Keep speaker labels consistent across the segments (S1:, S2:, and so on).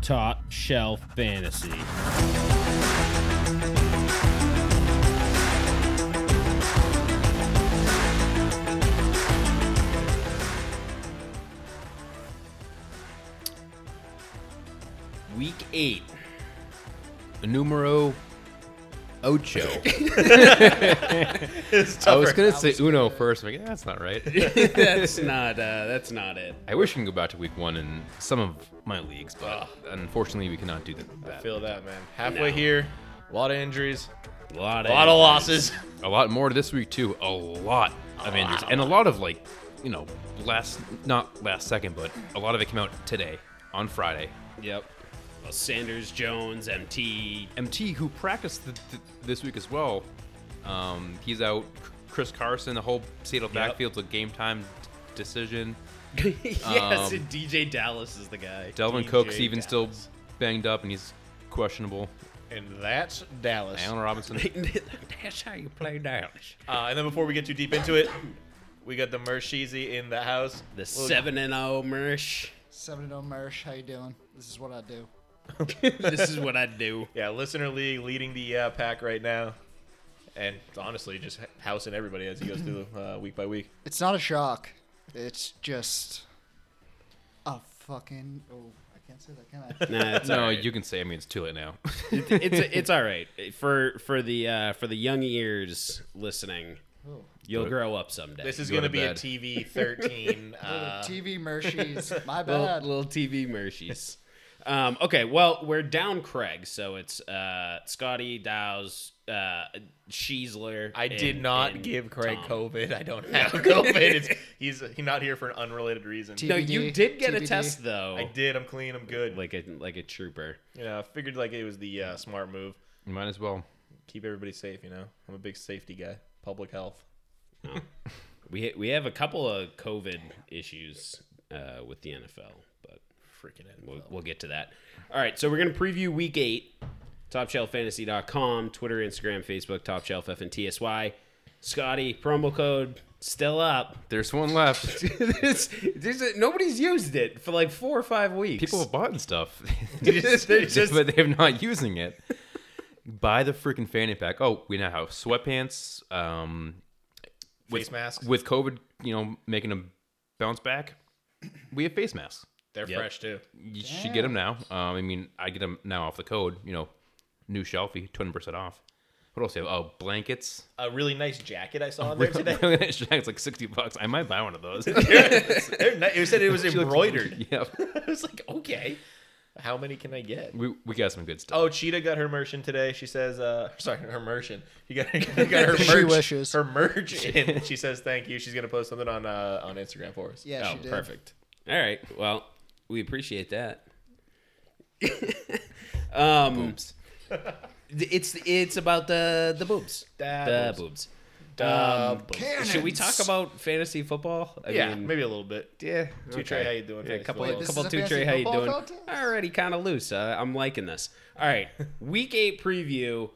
S1: top shelf fantasy.
S2: Week eight, numero ocho.
S3: It's
S2: I was
S3: tougher.
S2: gonna say uno first. I'm like, "Eh, that's not right.
S3: that's not. Uh, that's not it.
S2: I wish we can go back to week one in some of my leagues, but unfortunately, we cannot do that.
S3: Feel that, man. Halfway here, a lot of injuries,
S1: A lot
S3: a
S1: of,
S3: lot of losses.
S2: a lot more this week too. A lot of injuries and a lot of like, you know, last not last second, but a lot of it came out today on Friday.
S1: Yep. Well, Sanders, Jones, MT.
S2: MT, who practiced th- th- this week as well, um, he's out. C- Chris Carson, the whole Seattle backfield's a game time d- decision.
S3: yes,
S2: Um,
S3: and DJ Dallas is the guy.
S2: Delvin
S3: DJ
S2: Cook's even still
S3: Dallas.
S2: banged up and he's questionable.
S3: And that's Dallas.
S2: Allen Robinson.
S3: That's how you play Dallas.
S4: Uh, and then before we get too deep into it, we got the Mersheezy in the house.
S3: The
S4: Little-
S3: seven and zero Mersh.
S5: Seven and oh, Mersh. How you doing? This is what I do.
S3: this is what I do.
S4: Yeah, listener league leading the uh, pack right now, and honestly, just housing everybody as he goes through uh, week by week.
S5: It's not a shock. It's just a fucking. Oh, I can't say that, can I?
S3: Nah, it's
S2: no,
S3: all right.
S2: you can say. I mean, it's too late now.
S3: it's it's all right for for the uh, for the young ears listening.
S5: Oh.
S3: You'll grow up someday.
S4: This is
S2: Go
S4: going to
S2: to
S4: be
S2: bed.
S4: a TV 13. Uh,
S5: TV Mershies. My
S3: little,
S5: bad.
S3: little TV Mershies. um, okay, well we're down Craig, so it's uh, Scotty Dow's uh, Sheesler.
S4: I did
S3: and-
S4: not
S3: and
S4: give Craig
S3: Tom.
S4: COVID. I don't have COVID. It's, he's he's not here for an unrelated reason.
S5: T-
S3: No, you
S5: TBD,
S3: did get a
S5: TBD.
S3: test though.
S4: I did. I'm clean. I'm good. Like,
S3: Oh. Like a like a trooper.
S4: you know, I figured like it was the uh, smart move.
S2: you might as well.
S4: Keep everybody safe. You know, I'm a big safety guy. Public health.
S3: We we have a couple of COVID issues uh, with the NFL, but
S4: Freaking it.
S3: we'll, we'll get to that. All right, so we're going to preview week eight. TopShelfFantasy.com, Twitter, Instagram, Facebook, TopShelf, FNTSY. Scotty, promo code still up.
S2: There's one left.
S3: this, this is- nobody's used it for like four or five weeks.
S2: People have bought and stuff,
S3: They're just-
S2: but they're not using it. Buy the freaking fanny pack. Oh, we now have sweatpants. Um,
S4: Face masks.
S2: with COVID, you know, making them bounce back. We have face masks.
S4: They're
S3: Yep.
S4: fresh too.
S2: You should get them now. Um, I mean, I get them now off the code. You know, new shelfie, twenty percent off. What else? do you have? Oh, blankets.
S4: A really nice jacket I saw on there today.
S2: it's like sixty bucks. I might buy one of those.
S4: They're ni- it said it was embroidered.
S2: yeah,
S4: I was like, okay, how many can I get?
S2: we, we got some good stuff.
S4: Oh, Cheetah got her merchant today. She says, uh, sorry, her merchant. She got, she got her merch.
S5: She wishes.
S4: Her merch. in. she says, thank you. She's going to post something on uh, on Instagram for us.
S5: yeah,
S3: Oh,
S5: she did.
S3: perfect. All right. Well, we appreciate that. um, boobs. It's it's about the the boobs.
S4: Da
S3: the
S4: boobs.
S3: boobs.
S4: Da
S3: Um,
S5: boobs.
S3: Should we talk about fantasy football? I
S4: Yeah,
S3: mean,
S4: maybe a little bit.
S3: Yeah.
S4: Two Trey, how you doing?
S3: Yeah, a
S4: Fantasy
S3: couple,
S5: football. Wait, this
S3: couple
S5: is a
S3: two
S5: fantasy
S3: Trey, how you
S5: football
S3: doing?
S5: contest?
S3: Already kind of loose. Uh, I'm liking this. All right, week eight preview: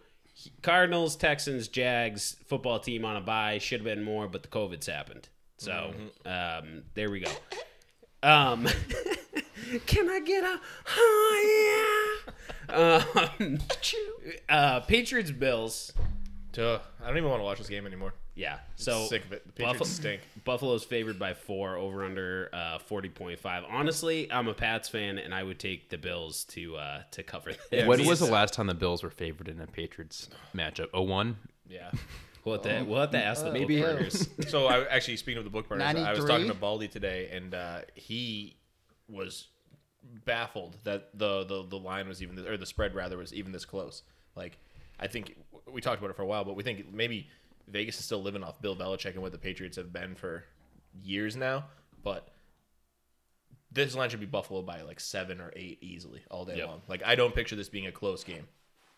S3: Cardinals, Texans, Jags football team on a bye. Should have been more, but the COVID's happened. So
S4: Mm-hmm.
S3: um, there we go. Um, can I get a high? Um, uh, Patriots, Bills.
S4: Duh. I don't even want to watch this game anymore.
S3: Yeah. So
S4: Sick of it. The Patriots
S3: Buffalo-
S4: stink.
S3: Buffalo's favored by four, over under uh, forty point five. Honestly, I'm a Pats fan, and I would take the Bills to uh, to cover this.
S2: when was the last time the Bills were favored in a Patriots matchup? Oh one.
S4: Yeah.
S3: We'll have to, we'll have to ask the
S2: Maybe-
S3: bookburners.
S4: So I actually speaking of the book burners, I was
S5: 93?
S4: talking to Baldy today, and uh, he was baffled that the, the the line was even this, or the spread rather was even this close. Like I think we talked about it for a while, but we think maybe Vegas is still living off Bill Belichick and what the Patriots have been for years now, but. This line should be Buffalo by like seven or eight easily all day
S3: Yep.
S4: long. Like I don't picture this being a close game.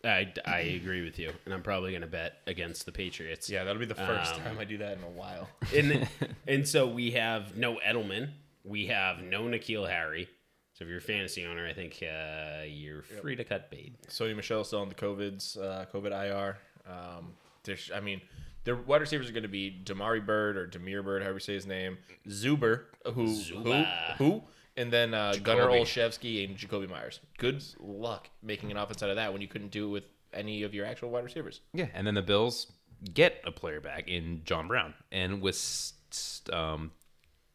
S3: I, I agree with you, and I'm probably going to bet against the Patriots.
S4: Yeah, that'll be the first
S3: Um,
S4: time I do that in a while.
S3: and and so we have no Edelman, we have no Nikhil Harry. So if you're a fantasy owner, I think uh, you're free to cut bait.
S4: Sony Michelle still on the COVID's uh, COVID IR. Um, there's, I mean, their wide receivers are going to be Damari Bird or Demir Bird, however you say his name, Zuber, who who
S3: Zuba.
S4: who And then uh, Gunnar
S2: Jacoby.
S4: Olszewski and Jacoby Myers. Good luck making an offense out of that when you couldn't do it with any of your actual wide receivers.
S2: Yeah, and then the Bills get a player back in John Brown, and with s- s- um,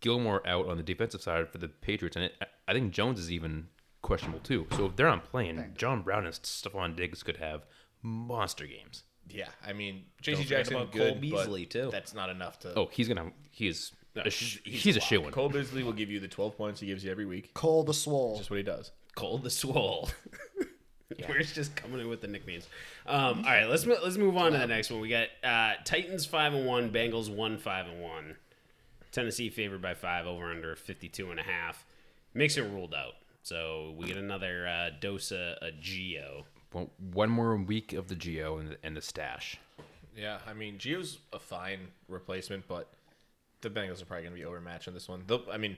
S2: Gilmore out on the defensive side for the Patriots, and it, I think Jones is even questionable too. So if they're not playing, John Brown and Stephon Diggs could have monster games.
S4: Yeah, I mean, J.C.
S1: forget
S4: Jackson
S1: about
S4: good,
S1: Cole
S4: but
S1: Beasley, too.
S4: That's not enough to.
S2: Oh, he's gonna he is a sh- he's, a, shit one.
S4: Cole Beasley will give you the 12 points he gives you every week.
S5: Cole the Swole.
S4: That's what he does.
S3: Cold the Swole. We're just coming in with the nicknames. Um, all right, let's mo- let's move on to the next one. We got uh, Titans five and one, Bengals one five and one. Tennessee favored by five, over under 52 and a half. Mixon ruled out, so we get another uh, Dosa a Geo.
S2: One- One more week of the Geo and, and the stash.
S4: Yeah, I mean, Geo's a fine replacement, but the Bengals are probably going to be overmatched on this one. They'll, I mean,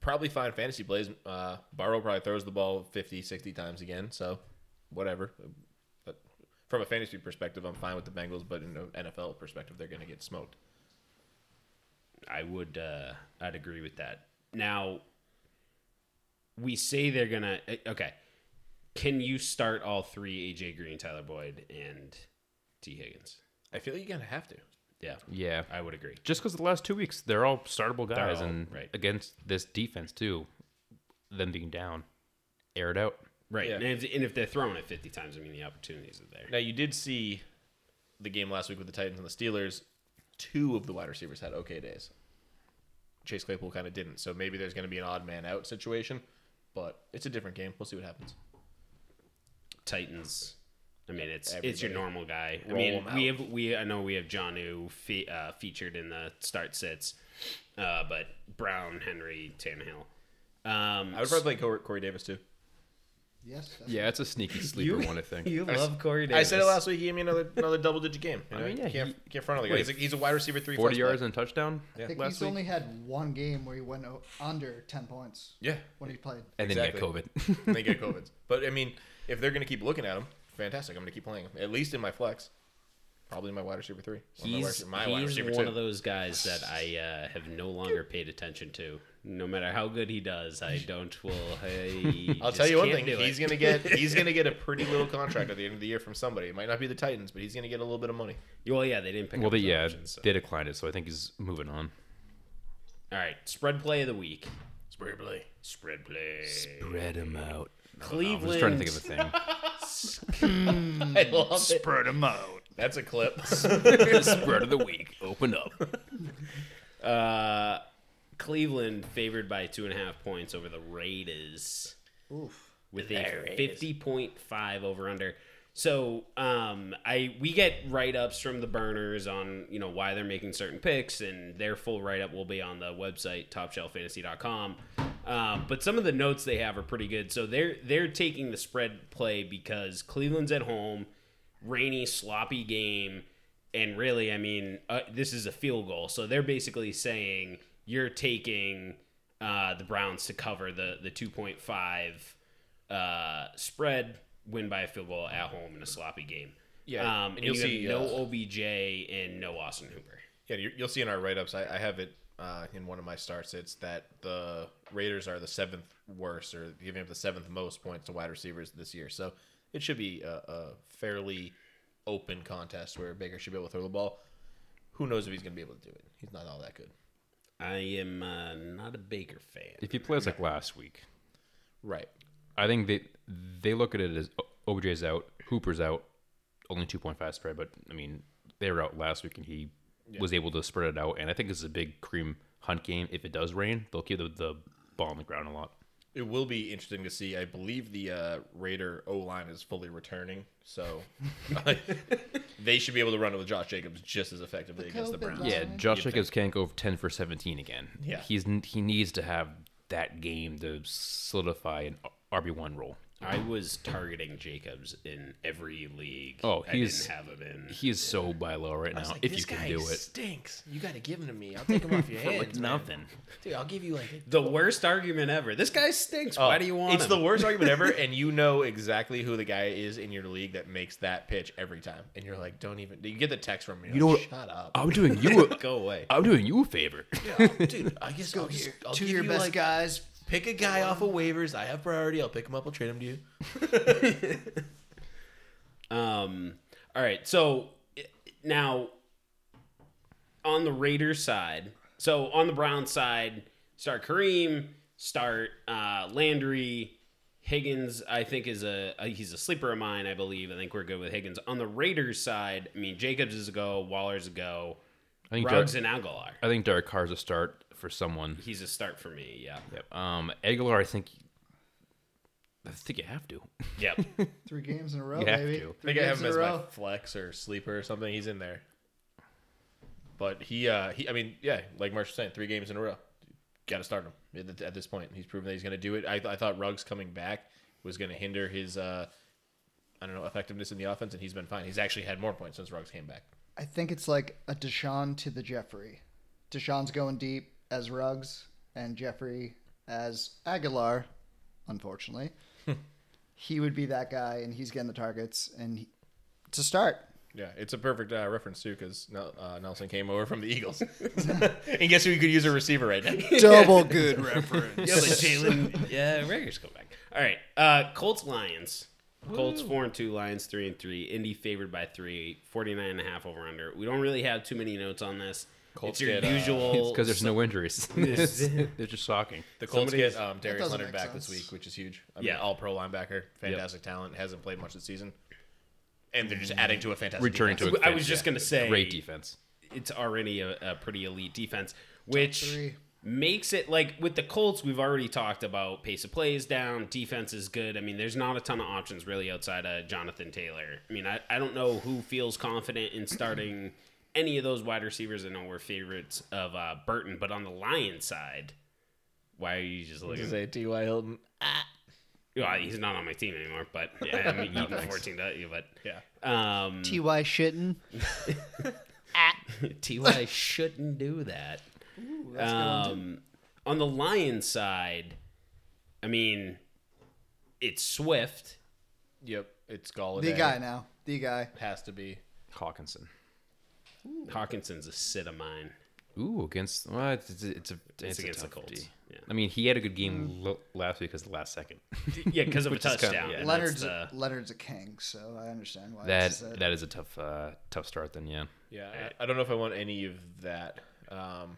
S4: probably fine fantasy plays. Uh, Barrow probably throws the ball 50, 60 times again, so whatever. But from a fantasy perspective, I'm fine with the Bengals, but in an NFL perspective, they're going to get smoked.
S3: I would uh, I'd agree with that. Now we say they're gonna eh, okay. Can you start all three AJ Green, Tyler Boyd, and T Higgins?
S4: I feel like you're going to have to.
S3: Yeah,
S2: Yeah,
S3: I would agree.
S2: just because the last two weeks they're all startable guys,
S3: all-
S2: and
S3: right.
S2: against this defense too, them being down, aired out.
S3: Right,
S4: Yeah.
S3: and, if, and if they're throwing it fifty times, I mean the opportunities are there.
S4: Now, you did see the game last week with the Titans and the Steelers. Two of the wide receivers had okay days. Chase Claypool kind of didn't, so maybe there's going to be an odd man out situation, but it's a different game. We'll see what happens.
S3: Titans. I mean, it's it's
S4: Everybody.
S3: your normal guy. I
S4: Roll
S3: mean,
S4: 'em
S3: we
S4: out.
S3: have we I know we have Janu fe- uh, featured in the start sets, uh, but Brown, Henry, Tannehill. Um,
S4: I would probably play Corey, Corey Davis too.
S5: Yes. that's-
S2: Yeah, it's a sneaky sleeper one, I think.
S3: You love Corey
S4: I said it last week. He gave me another another double digit game. You know,
S2: mean, yeah,
S4: can't,
S2: he-
S4: can't front on the guy.
S2: what,
S4: He's a, he's a wide receiver three.
S2: Forty
S4: flex
S2: yards
S4: player.
S2: and a touchdown
S4: Yeah.
S5: I think
S2: last
S5: he's
S2: week,
S5: only had one game where he went o- under 10 points
S4: Yeah,
S5: when he played.
S2: and then
S4: Exactly.
S2: get COVID.
S4: and they get COVID. But I mean, if they're gonna keep looking at him, fantastic. I'm gonna keep playing him at least in my flex. Probably my wide receiver three. Well, my wide
S3: He's,
S4: receiver- my wide
S3: he's
S4: receiver
S3: one
S4: two.
S3: of those guys that I uh, have no longer paid attention to. No matter how good he does, I don't will. I
S4: I'll
S3: just
S4: tell you one thing.
S3: can't do it.
S4: He's gonna get he's gonna get a pretty little contract at the end of the year from somebody. It might not be the Titans, but he's gonna get a little bit of money.
S3: Well, yeah, they didn't pick
S2: well,
S3: up
S2: they,
S3: his
S2: yeah,
S3: option, so.
S2: they declined it, so I think he's moving on.
S3: All right, spread play of the week.
S4: Spread play. Spread play.
S2: Read him out.
S3: Cleveland.
S2: I was trying to think of a thing.
S3: Mm,
S4: I love it.
S5: Spread him out.
S4: That's a clip.
S2: Spread of the week. Open up.
S3: Uh, Cleveland favored by two and a half points over the Raiders
S5: Oof.
S3: with a fifty point five over under. So um, I we get write ups from the burners on you know why they're making certain picks, and their full write up will be on the website topshelffantasy.com. Um, but some of the notes they have are pretty good. So they're they're taking the spread play because Cleveland's at home, rainy, sloppy game, and really, I mean, uh, this is a field goal. So they're basically saying you're taking uh, the Browns to cover the the two point five uh, spread, win by a field goal at home in a sloppy game.
S4: Yeah, and
S3: um, and
S4: you'll
S3: you
S4: see,
S3: have
S4: uh,
S3: no OBJ and no Austin Hooper.
S4: Yeah, you- you'll see in our write-ups. I, I have it uh, in one of my starts. It's that the Raiders are the seventh worst, or giving up the seventh most points to wide receivers this year. So it should be a, a fairly open contest where Baker should be able to throw the ball. Who knows if he's going to be able to do it? He's not all that good.
S3: I am uh, not a Baker fan.
S2: If he plays like last week,
S4: Right.
S2: I think they they look at it as O- OBJ's out, Hooper's out, only two point five spread. But I mean, they were out last week, and he was able to spread it out. And I think this is a big cream hunt game. If it does rain, they'll keep the, the ball on the ground a lot.
S4: It will be interesting to see. I believe the uh, Raider O line is fully returning, so uh, they should be able to run it with Josh Jacobs just as effectively against the
S5: COVID
S4: Browns.
S5: line.
S2: Yeah, Josh Jacobs can't go ten for seventeen again.
S4: Yeah.
S2: he's he needs to have that game to solidify an RB one role.
S3: I was targeting Jacobs in every league.
S2: Oh, he's-
S3: I didn't have him in.
S2: He is so by low right now. if you can do it,
S4: stinks. You got to give him to me. I'll take him off your hands.
S2: like nothing.
S4: Dude, I'll give you like.
S3: The worst argument ever. This guy stinks.
S2: Oh,
S3: Why do you
S4: Oh,
S3: want
S4: It's
S3: him?
S4: the worst argument ever, and you know exactly who the guy is in your league that makes that pitch every time, and you're like, don't even. You get the text from me. You
S2: know
S4: know,
S2: what-
S4: shut up,
S2: I'm doing you. A,
S3: Go away.
S2: I'm doing you a favor.
S4: Yeah, dude. I guess
S5: Go
S4: I'll just
S5: here.
S4: I'll
S5: Two
S4: give
S5: of your
S4: you
S5: best
S4: like
S5: guys.
S4: Pick a guy off of waivers. I have priority. I'll pick him up. I'll trade him to you.
S3: Um, all right. So i- now on the Raiders side, so on the Browns side, start Kareem, start uh, Landry. Higgins, I think, is a, a- he's a sleeper of mine. I believe. I think we're good with Higgins. On the Raiders side, I mean, Jacobs is a go, Waller's a go,
S2: I think
S3: Ruggs
S2: Dar-
S3: and Aguilar.
S2: I think Derek Carr's a start for someone.
S3: He's a start for me. Yeah.
S2: Yep. Um, Aguilar, I think. I think you have to.
S3: Yep.
S5: Three games in a row,
S2: You have
S5: maybe.
S2: to.
S4: I
S5: Three
S4: think I have
S5: games
S4: him
S5: in a
S4: as my
S5: row.
S4: flex or sleeper or something. He's in there. But he, uh, he, I mean, yeah, like Marsh was saying, three games in a row. Got to start him at, th- at this point. He's proven that he's going to do it. I, I thought Ruggs coming back was going to hinder his, uh, I don't know, effectiveness in the offense, and he's been fine. He's actually had more points since Ruggs came back.
S5: I think it's like a Deshaun to the Jeffrey. Deshaun's going deep as Ruggs and Jeffrey as Aguilar, unfortunately. he would be that guy, and he's getting the targets. And he, to start,
S4: Yeah, it's a perfect uh, reference too because uh, Nelson came over from the Eagles, and guess who could use a receiver right now?
S5: double good reference.
S3: Yeah, but Jalen, yeah, Raiders come back. All right, uh, Colts Lions. Colts four and two, Lions three and three. Indy favored by three, 49 and a half over under. We don't really have too many notes on this.
S4: Colts
S3: it's your
S4: get, uh,
S2: It's
S3: usual
S2: because there's no injuries. They're just shocking.
S4: The Colts
S3: Somebody's-
S4: get um, Darius
S5: doesn't
S4: Leonard
S5: make
S4: back
S5: sense.
S4: this week, which is huge. I mean,
S3: Yeah.
S4: all pro linebacker, fantastic talent, hasn't played much this season, and they're just adding to a fantastic.
S2: Returning to
S4: defense.
S2: a
S3: I was just
S2: yeah.
S3: gonna say-
S2: great defense.
S3: it's already a, a pretty elite defense, which
S5: three.
S3: makes it like with the Colts, we've already talked about pace of plays down, defense is good. I mean, there's not a ton of options really outside of Jonathan Taylor. I mean, I, I don't know who feels confident in starting any of those wide receivers. I know we're favorites of uh, Burton, but on the Lions side, why are you just looking?
S4: say T.Y. Hilton.
S3: Well, he's not on my team anymore, but yeah, I mean, you 14 to you, but
S4: Yeah,
S3: um,
S5: T.Y. Shitton.
S3: T.Y. shouldn't do that. um, on the Lions side, I mean, it's Swift.
S4: yep, it's Galladay.
S5: The guy now. The guy.
S4: has to be.
S2: Hawkinson.
S3: Hawkinson's a sit of mine.
S2: Ooh, against well, it's, it's, it's a it's,
S3: against
S2: a
S3: the
S2: tough
S3: Colts.
S2: D.
S3: Yeah.
S2: I mean, he had a good game lo- last week because the last second.
S3: Yeah, because of a
S2: Which is kinda-
S3: touchdown.
S2: yeah.
S3: and that's
S5: Leonard's
S3: the-
S5: Leonard's a king, so I understand why.
S2: that
S5: it's said.
S2: that is a tough uh, tough start. Then yeah,
S4: Yeah, I, I don't know if I want any of that. Um,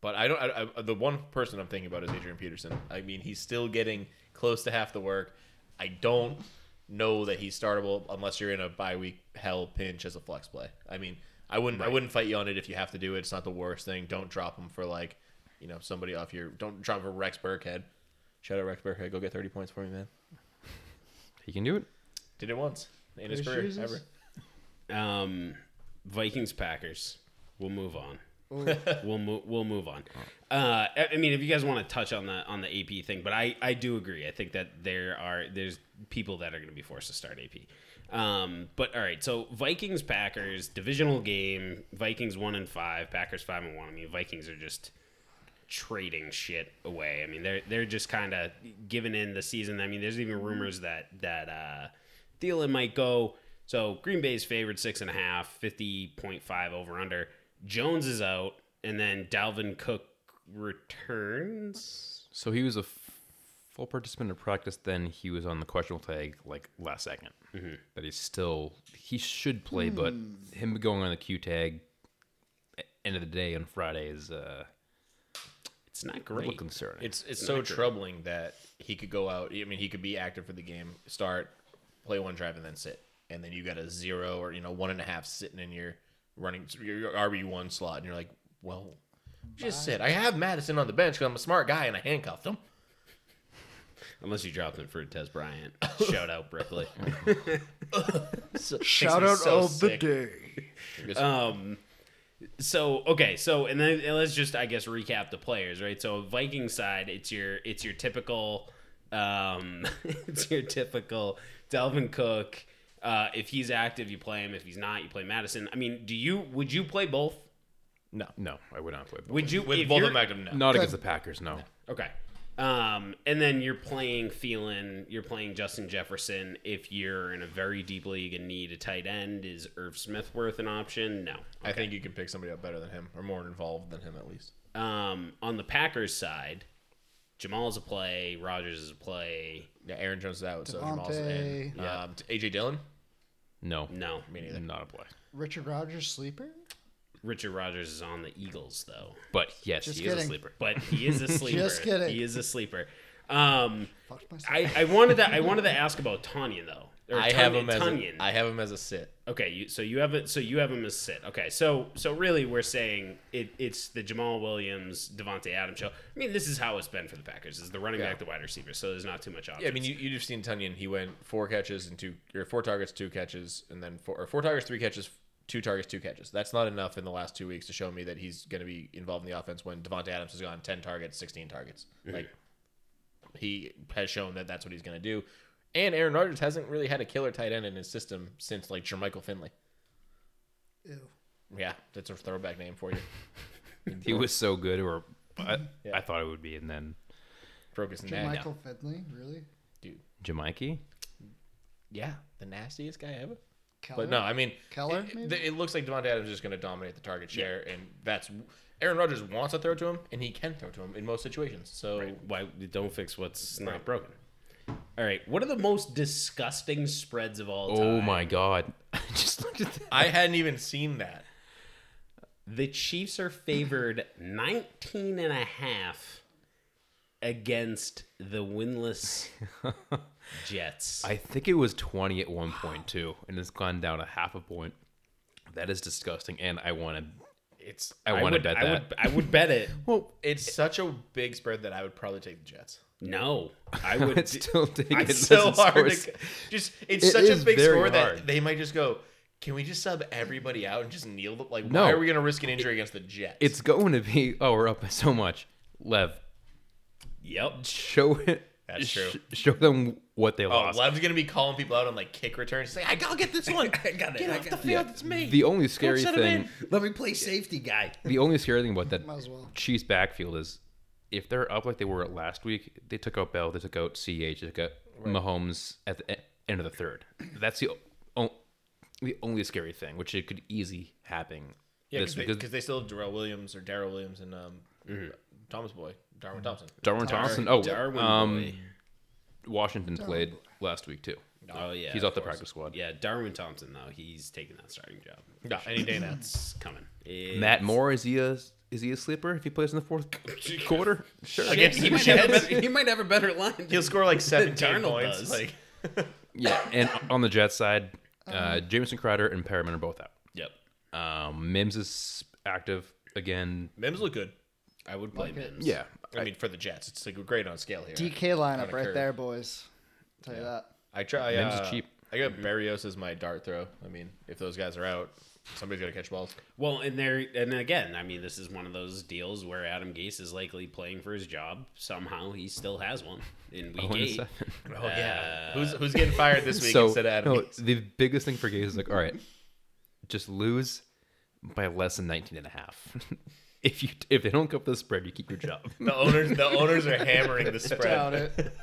S4: but I don't. I, I, the one person I'm thinking about is Adrian Peterson. I mean, he's still getting close to half the work. I don't know that he's startable unless you're in a bye week hell pinch as a flex play. I mean, I wouldn't. I wouldn't fight you on it if you have to do it. It's not the worst thing. Don't drop him for like, you know, somebody off your. Don't drop him for Rex Burkhead. Shout out Rex Burkhead. Go get 30 points for me, man.
S2: he can do it.
S4: Did it once in his
S5: His
S4: career
S5: shoes is-
S4: ever.
S3: um, Vikings Packers. We'll move on. we'll mo- we'll move on. Uh, I I mean, if you guys want to touch on the on the AP thing, but I I do agree. I think that there are there's people that are going to be forced to start AP. Um, but all right, so Vikings Packers divisional game. Vikings one and five, Packers five and one. I mean, Vikings are just trading shit away. I mean, they're they're just kind of giving in the season. I mean, there's even rumors that that uh, Thielen might go. So Green Bay's favored six and a half, 50.5 over under. Jones is out, and then Dalvin Cook returns.
S2: So he was a f- full participant in practice. Then he was on the questionable tag like last 2nd Mm-hmm. But he's still he should play,
S5: Hmm.
S2: but him going on the Q tag a- end of the day on Friday is uh,
S3: It's not
S2: a little
S3: great.
S2: concerning.
S4: It's it's so troubling that he could go out. I mean, he could be active for the game, start, play one drive, and then sit, and then you got a zero or you know one and a half sitting in your running your RB one slot, and you're like, well, just sit. I have Madison on the bench because I'm a smart guy and I handcuffed him.
S3: Unless you dropped him for Des Bryant. Shout out, Brickley.
S4: So- makes
S5: Shout
S4: me
S5: out
S4: so
S5: of
S4: sick.
S5: the day.
S3: Um, so okay, so and then and let's just I guess recap the players, right? So Viking side, it's your it's your typical, um, it's your typical Delvin Cook. Uh, if he's active, you play him. If he's not, you play Madison. I mean, do you would you play both?
S2: no, I would not play. Both.
S3: Would you
S4: with
S3: if
S4: both of
S3: you're-
S4: them active now.
S2: Not against the Packers. No,
S3: Okay. Um, and then you're playing Phelan, you're playing Justin Jefferson. If you're in a very deep league and need a tight end, is Irv Smith worth an option? No.
S4: I think you can pick somebody up better than him or more involved than him at least.
S3: um, on the Packers side, Jamal's a play. Rogers is a play.
S4: Yeah, Aaron Jones is out, so Jamal's in.
S5: Devontae.
S4: Um, AJ Dillon,
S2: No,
S3: No,
S2: not a play.
S5: Richard Rogers sleeper?
S3: Richard Rogers is on the Eagles though,
S2: But yes,
S5: Just
S2: he is
S5: kidding.
S2: a sleeper.
S3: but he is a sleeper.
S5: Just kidding.
S3: He is a sleeper. Um,
S5: Fucked myself.
S3: I, I wanted to I wanted to ask about Tanya though. Or
S4: I have
S3: Tanya-
S4: him as a,
S3: Tunyon.
S4: I have him as a sit.
S3: Okay, you, so you have it. So you have him as sit. Okay, so so really, we're saying it, it's the Jamal Williams, Devonte Adams show. I mean, this is how it's been for the Packers: is the running back, the wide receiver. So there's not too much options.
S4: Yeah, I mean, you, you just seen Tunyon. He went four catches and two, or four targets, two catches, and then four, or four targets, three catches, two targets, two catches. That's not enough in the last two weeks to show me that he's going to be involved in the offense when Devonte Adams has gone ten targets, sixteen targets. Like he has shown that that's what he's going to do. And Aaron Rodgers hasn't really had a killer tight end in his system since like Jermichael Finley.
S5: Ew.
S4: Yeah, that's a throwback name for you.
S2: He was so good, or I, I thought it would be, and then
S4: Broke his
S5: Jim
S4: neck,
S5: Michael Finley, really?
S4: dude.
S2: Jamaiki.
S4: Yeah, the nastiest guy ever.
S5: Keller?
S4: But no, I mean,
S5: Keller,
S4: It,
S5: maybe?
S4: it looks like Devontae Adams is just going to dominate the target share, and that's Aaron Rodgers wants to throw to him, and he can throw to him in most situations. So
S3: why don't fix what's not broken? All right, what are the most disgusting spreads of all time?
S2: Oh my god! I just looked at that.
S4: I hadn't even seen that.
S3: The Chiefs are favored 19 and a half against the winless Jets.
S2: I think it was twenty at one point too, and it's gone down a half a point. That is disgusting, and I want to.
S4: It's
S2: I want to
S3: would-
S2: bet
S3: I
S2: that.
S3: would, I would bet it.
S2: well,
S4: it's such a big spread that I would probably take the Jets.
S3: No, I would.
S2: it's still taking
S4: It's so hard. To, just it's
S2: It
S4: such a
S2: is
S4: big
S2: very
S4: score
S2: hard.
S4: that they might just go. Can we just sub everybody out and just kneel? them? Like,
S2: No.
S4: why are we going to risk an injury against the Jets?
S2: It's going to be. Oh, we're up by so much. Lev,
S3: yep.
S2: show it.
S4: That's true.
S2: show them what they
S4: oh,
S2: lost.
S4: Lev's going to be calling people out on like kick returns. He's like, I gotta get this one.
S3: got it,
S4: Get
S3: I
S4: off
S3: got
S4: the
S3: it.
S4: field. It's me.
S2: The only scary
S4: set 'em
S2: thing.
S4: in.
S3: Let me play safety guy.
S2: The only scary thing about that
S5: Might as well.
S2: Chiefs backfield is if they're up like they were last week, they took out Bell, they took out CH, they took out Mahomes at the e- end of the third. That's the o- the only scary thing, which it could easily happen
S4: Yeah, because
S2: this
S4: they,
S2: week.
S4: 'cause they still have Darrell Williams or Darrell Williams and um, Thomas Boy, Darwin Thompson.
S2: Darwin Thompson, oh,
S3: Darwin
S2: um, Washington played last week too.
S3: Oh yeah,
S2: He's off the practice squad.
S3: Yeah, Darwin Thompson though he's taking that starting job.
S4: No, any day now.
S3: It's coming. It-
S2: Matt Moore is he a is he a sleeper if he plays in the fourth quarter? Sure.
S3: Shit, he, might have a
S4: Jets.
S3: better, he might have a better line.
S4: He'll score like 17
S3: Darnold
S4: points.
S3: does.
S4: Like,
S2: Yeah, and on the Jets side,
S5: Uh-huh.
S2: uh, Jameson Crowder and Perriman are both out.
S3: Yep,
S2: Um, Mims is active again.
S4: Mims look good.
S3: I would play Mims.
S2: Yeah,
S4: I mean, for the Jets, it's like we're great on scale here.
S5: DK lineup
S4: a
S5: right
S4: curve.
S5: there, boys. Tell you that.
S4: I try.
S2: Mims is
S4: uh,
S2: cheap.
S4: I got Barrios as my dart throw. I mean, if those guys are out, somebody's got to catch balls.
S3: Well, and there, and again, I mean, this is one of those deals where Adam Gase is likely playing for his job. Somehow, he still has one in week
S2: Owen is
S3: eight.
S2: seven.
S4: Oh, yeah. Who's, who's getting fired this week
S2: so
S4: instead of Adam?
S2: no,
S4: Gase?
S2: the biggest thing for Gaze is like, all right, just lose by less than 19 and a half. if you if they don't go up the spread, you keep your job.
S4: The owners, the owners are hammering the
S5: Doubt
S4: spread.
S5: it.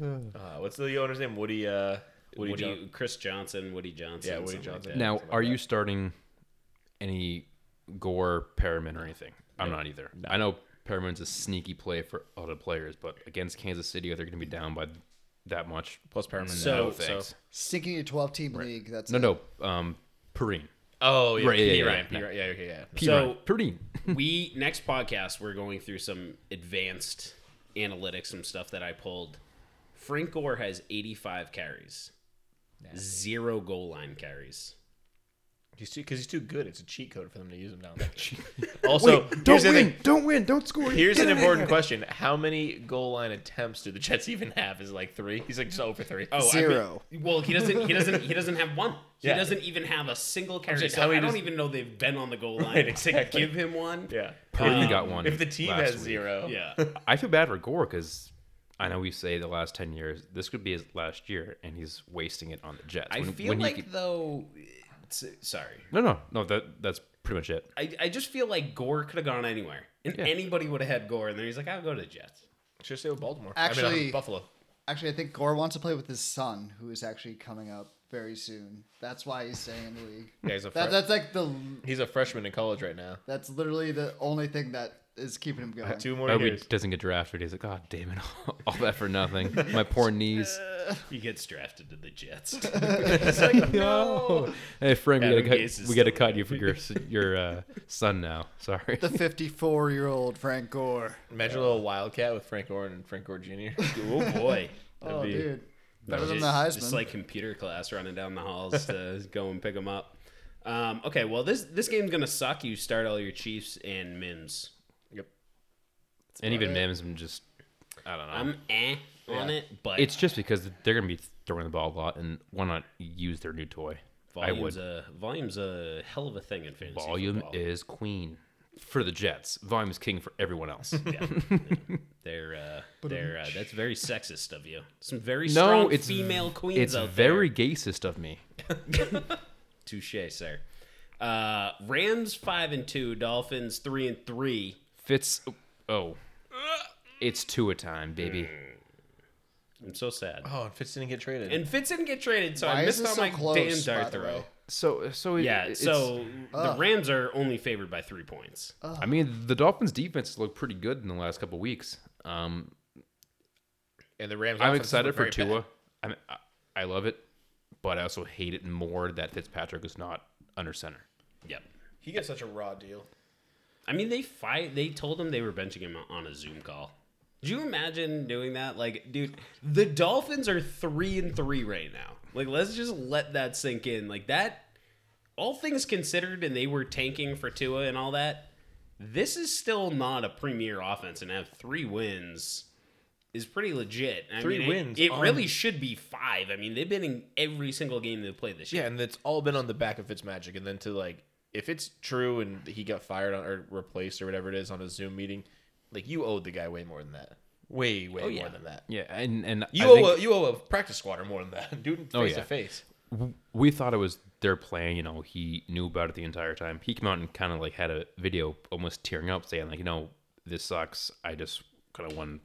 S4: Uh, what's the owner's name? Woody. Uh, Woody.
S3: Woody,
S4: John-
S3: Chris Johnson, Woody Johnson.
S4: Yeah, Woody
S3: something like
S4: Johnson.
S3: that.
S2: now, are you starting any Gore, Perriman, or anything? I'm not either. I know Perriman's a sneaky play for other players, but against Kansas City, they're going to be down by that much.
S4: Plus Perriman.
S3: So-
S4: no, thanks.
S2: so-
S5: Sinking a 12 team league. That's
S2: No,
S5: it.
S2: no, um, Perrine.
S4: Oh, yeah.
S2: Right, yeah,
S4: P.
S2: yeah,
S4: Ryan.
S2: yeah.
S4: P. Ryan. Yeah, okay, yeah.
S3: So-
S2: Perrine. Perrine.
S3: we next podcast we're going through some advanced analytics some stuff that i pulled frank gore has 85 carries zero goal line carries
S4: He's too because he's too good. It's a cheat code for them to use him down there. also, here's,
S2: Don't
S4: the
S2: win.
S4: thing.
S2: Don't win. Don't score.
S4: here's an important question: How many goal line attempts do the Jets even have? Is it like three? He's like just over three.
S3: oh I
S5: Zero.
S3: mean- well he doesn't he doesn't he doesn't have one
S4: Yeah.
S3: he doesn't even have a single carry
S4: just-
S3: so
S4: how
S3: i
S4: many
S3: don't
S4: does-
S3: even know they've been on the goal line
S4: exactly.
S3: give him one
S4: yeah.
S2: Perrine got one.
S4: If the team
S2: last
S4: has
S2: week.
S4: zero,
S3: yeah
S2: I feel bad for Gore because I know we say the last ten years. This could be his last year, and he's wasting it on the Jets.
S3: i
S2: When-
S3: feel
S2: when he
S3: like
S2: could-
S3: though it's- sorry
S2: no, no, no. That that's pretty much it.
S3: I, I just feel like gore could have gone anywhere and anybody would have had gore and then he's like i'll go to the jets
S4: should say with Baltimore. I mean,
S5: Actually-
S4: um, Buffalo.
S5: Actually, I think Gore wants to play with his son, who is actually coming up very soon. That's why he's staying in the league.
S4: Yeah, he's a fre-
S5: That, that's like the.
S4: he's a freshman in college right now.
S5: That's literally the only thing that is keeping him going.
S4: Two more
S2: I hope he
S4: years.
S2: doesn't get drafted. He's like, God damn it, all that for nothing. My poor knees.
S3: He gets drafted to the Jets.
S2: no. Hey Frank, we
S3: Adam
S2: gotta cut,
S3: Gase is
S2: we gotta
S3: still
S2: cut you for your your uh, son now. Sorry.
S5: The 54 year old Frank Gore.
S4: Imagine a little wildcat with Frank Orr and Frank Orr Jr.
S3: oh boy.
S5: Oh,
S4: be-
S5: dude. Better than
S3: Just-
S5: the Heisman.
S3: Just like computer class, running down the halls to go and pick them up. Um, okay, well this this game's gonna suck. You start all your Chiefs and Mims.
S4: yep.
S2: and even
S5: it.
S2: Mims, I'm just I don't know.
S3: I'm eh on it, but
S2: it's just because they're gonna be throwing the ball a lot, and why not use their new toy? I would.
S3: volume's a volume's a hell of a thing in fantasy
S2: Volume
S3: football.
S2: is queen for the Jets. Volume is king for everyone else.
S3: They're uh, they're uh, that's very sexist of you. Some very strong
S2: no, it's
S3: female queens
S2: It's
S3: out
S2: very gaysist of me.
S3: there. Touche, sir. Uh, Rams five and two, Dolphins three and three.
S2: Fitz, oh, it's two a time, baby.
S3: I'm so sad.
S4: Oh, and Fitz didn't get traded.
S3: And Fitz didn't get traded, so
S5: Why
S3: I
S5: is
S3: missed
S5: this
S3: out
S5: so
S3: my
S5: close?
S3: damn
S5: By
S3: dart
S5: the
S3: throw.
S5: way?
S2: So, so it-
S3: Yeah,
S2: it's-
S3: so the Rams are only favored by three points.
S2: I mean, the Dolphins' defense looked pretty good in the last couple weeks. Um,
S4: And the Rams.
S2: I'm
S4: offense
S2: excited
S4: looked
S2: for
S4: very bad.
S2: Tua. I, mean, I I love it, but I also hate it more that Fitzpatrick is not under center.
S3: Yep.
S4: He got such a raw deal.
S3: I mean, they fi- They told him they were benching him on a Zoom call. Do you imagine doing that? Like, dude, the Dolphins are three and three right now. Like, let's just let that sink in. Like that. All things considered, and they were tanking for Tua and all that. This is still not a premier offense, and to have three wins is pretty legit. I
S4: Three
S3: mean, it-
S4: wins
S3: It,
S4: on-
S3: really should be five. I mean, they've been in every single game they've played this year.
S4: Yeah, and it's all been on the back of Fitz magic, and then to like, if it's true and he got fired on or replaced or whatever it is on a Zoom meeting, like you owed the guy way more than that. Way, way
S3: yeah.
S4: more than that.
S2: Yeah, and and
S4: Oh, You
S2: I
S4: owe
S2: think
S4: a, you owe a practice squatter more than that, dude. Face
S2: Oh,
S4: to
S2: yeah.
S4: face.
S2: we thought it was their plan. You know, he knew about it the entire time. He came out and kind of like had a video almost tearing up, saying like, you know, this sucks. I just kind of won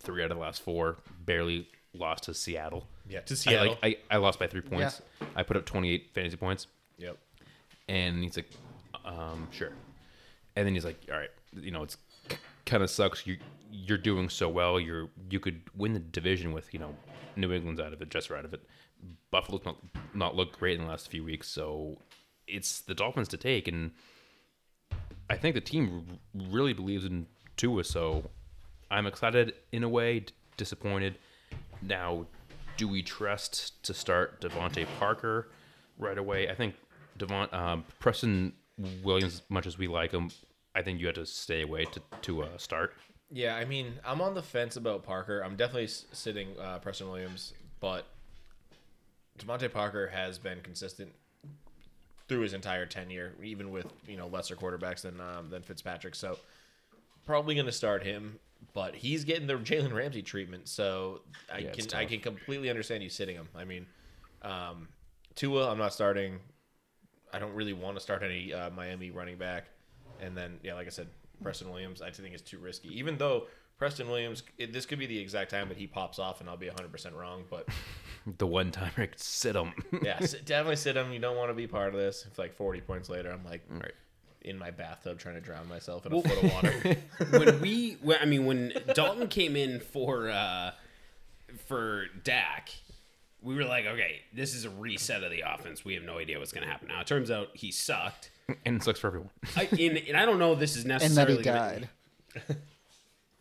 S2: three out of the last four, barely lost to Seattle.
S4: Yeah, to
S2: I,
S4: Seattle.
S2: like I, I lost by three points. I put up 28 fantasy points.
S4: yep.
S2: And he's like, um, sure. And then he's like, all right, you know, it's kind of sucks. You you're doing so well. You're you could win the division with you know New England's out of it, Jets are out of it. Buffalo's not not looked great in the last few weeks, so it's the Dolphins to take. And I think the team r- really believes in Tua, so I'm excited in a way, d- disappointed. Now, do we trust to start Devonte Parker right away? I think Devon um, Preston Williams, as much as we like him, I think you had to stay away to to uh, start.
S4: Yeah, I mean, I'm on the fence about Parker. I'm definitely s- sitting uh, Preston Williams, but Devontae Parker has been consistent through his entire tenure, even with you know lesser quarterbacks than um, than Fitzpatrick. So probably going to start him, but he's getting the Jalen Ramsey treatment, so I
S2: Yeah, it's
S4: can I
S2: tough.
S4: can completely understand you sitting him. I mean, um, Tua, I'm not starting. I don't really want to start any uh, Miami running back. And then, yeah, like I said, Preston Williams, I just think it's too risky. Even though Preston Williams, it, this could be the exact time that he pops off, and I'll be 100% wrong. But
S2: The one time I could sit him.
S4: yeah, s- definitely sit him. You don't want to be part of this. If like 40 points later, I'm like
S2: Right.
S4: in my bathtub trying to drown myself in a foot of water.
S3: when we, well, I mean, when Dalton came in for uh, for Dak, we were like, okay, this is a reset of the offense. We have no idea what's going to happen. Now it turns out he sucked,
S2: and it sucks for everyone.
S3: I, and, and I don't know if this is
S5: and that
S3: necessarily.
S5: he died.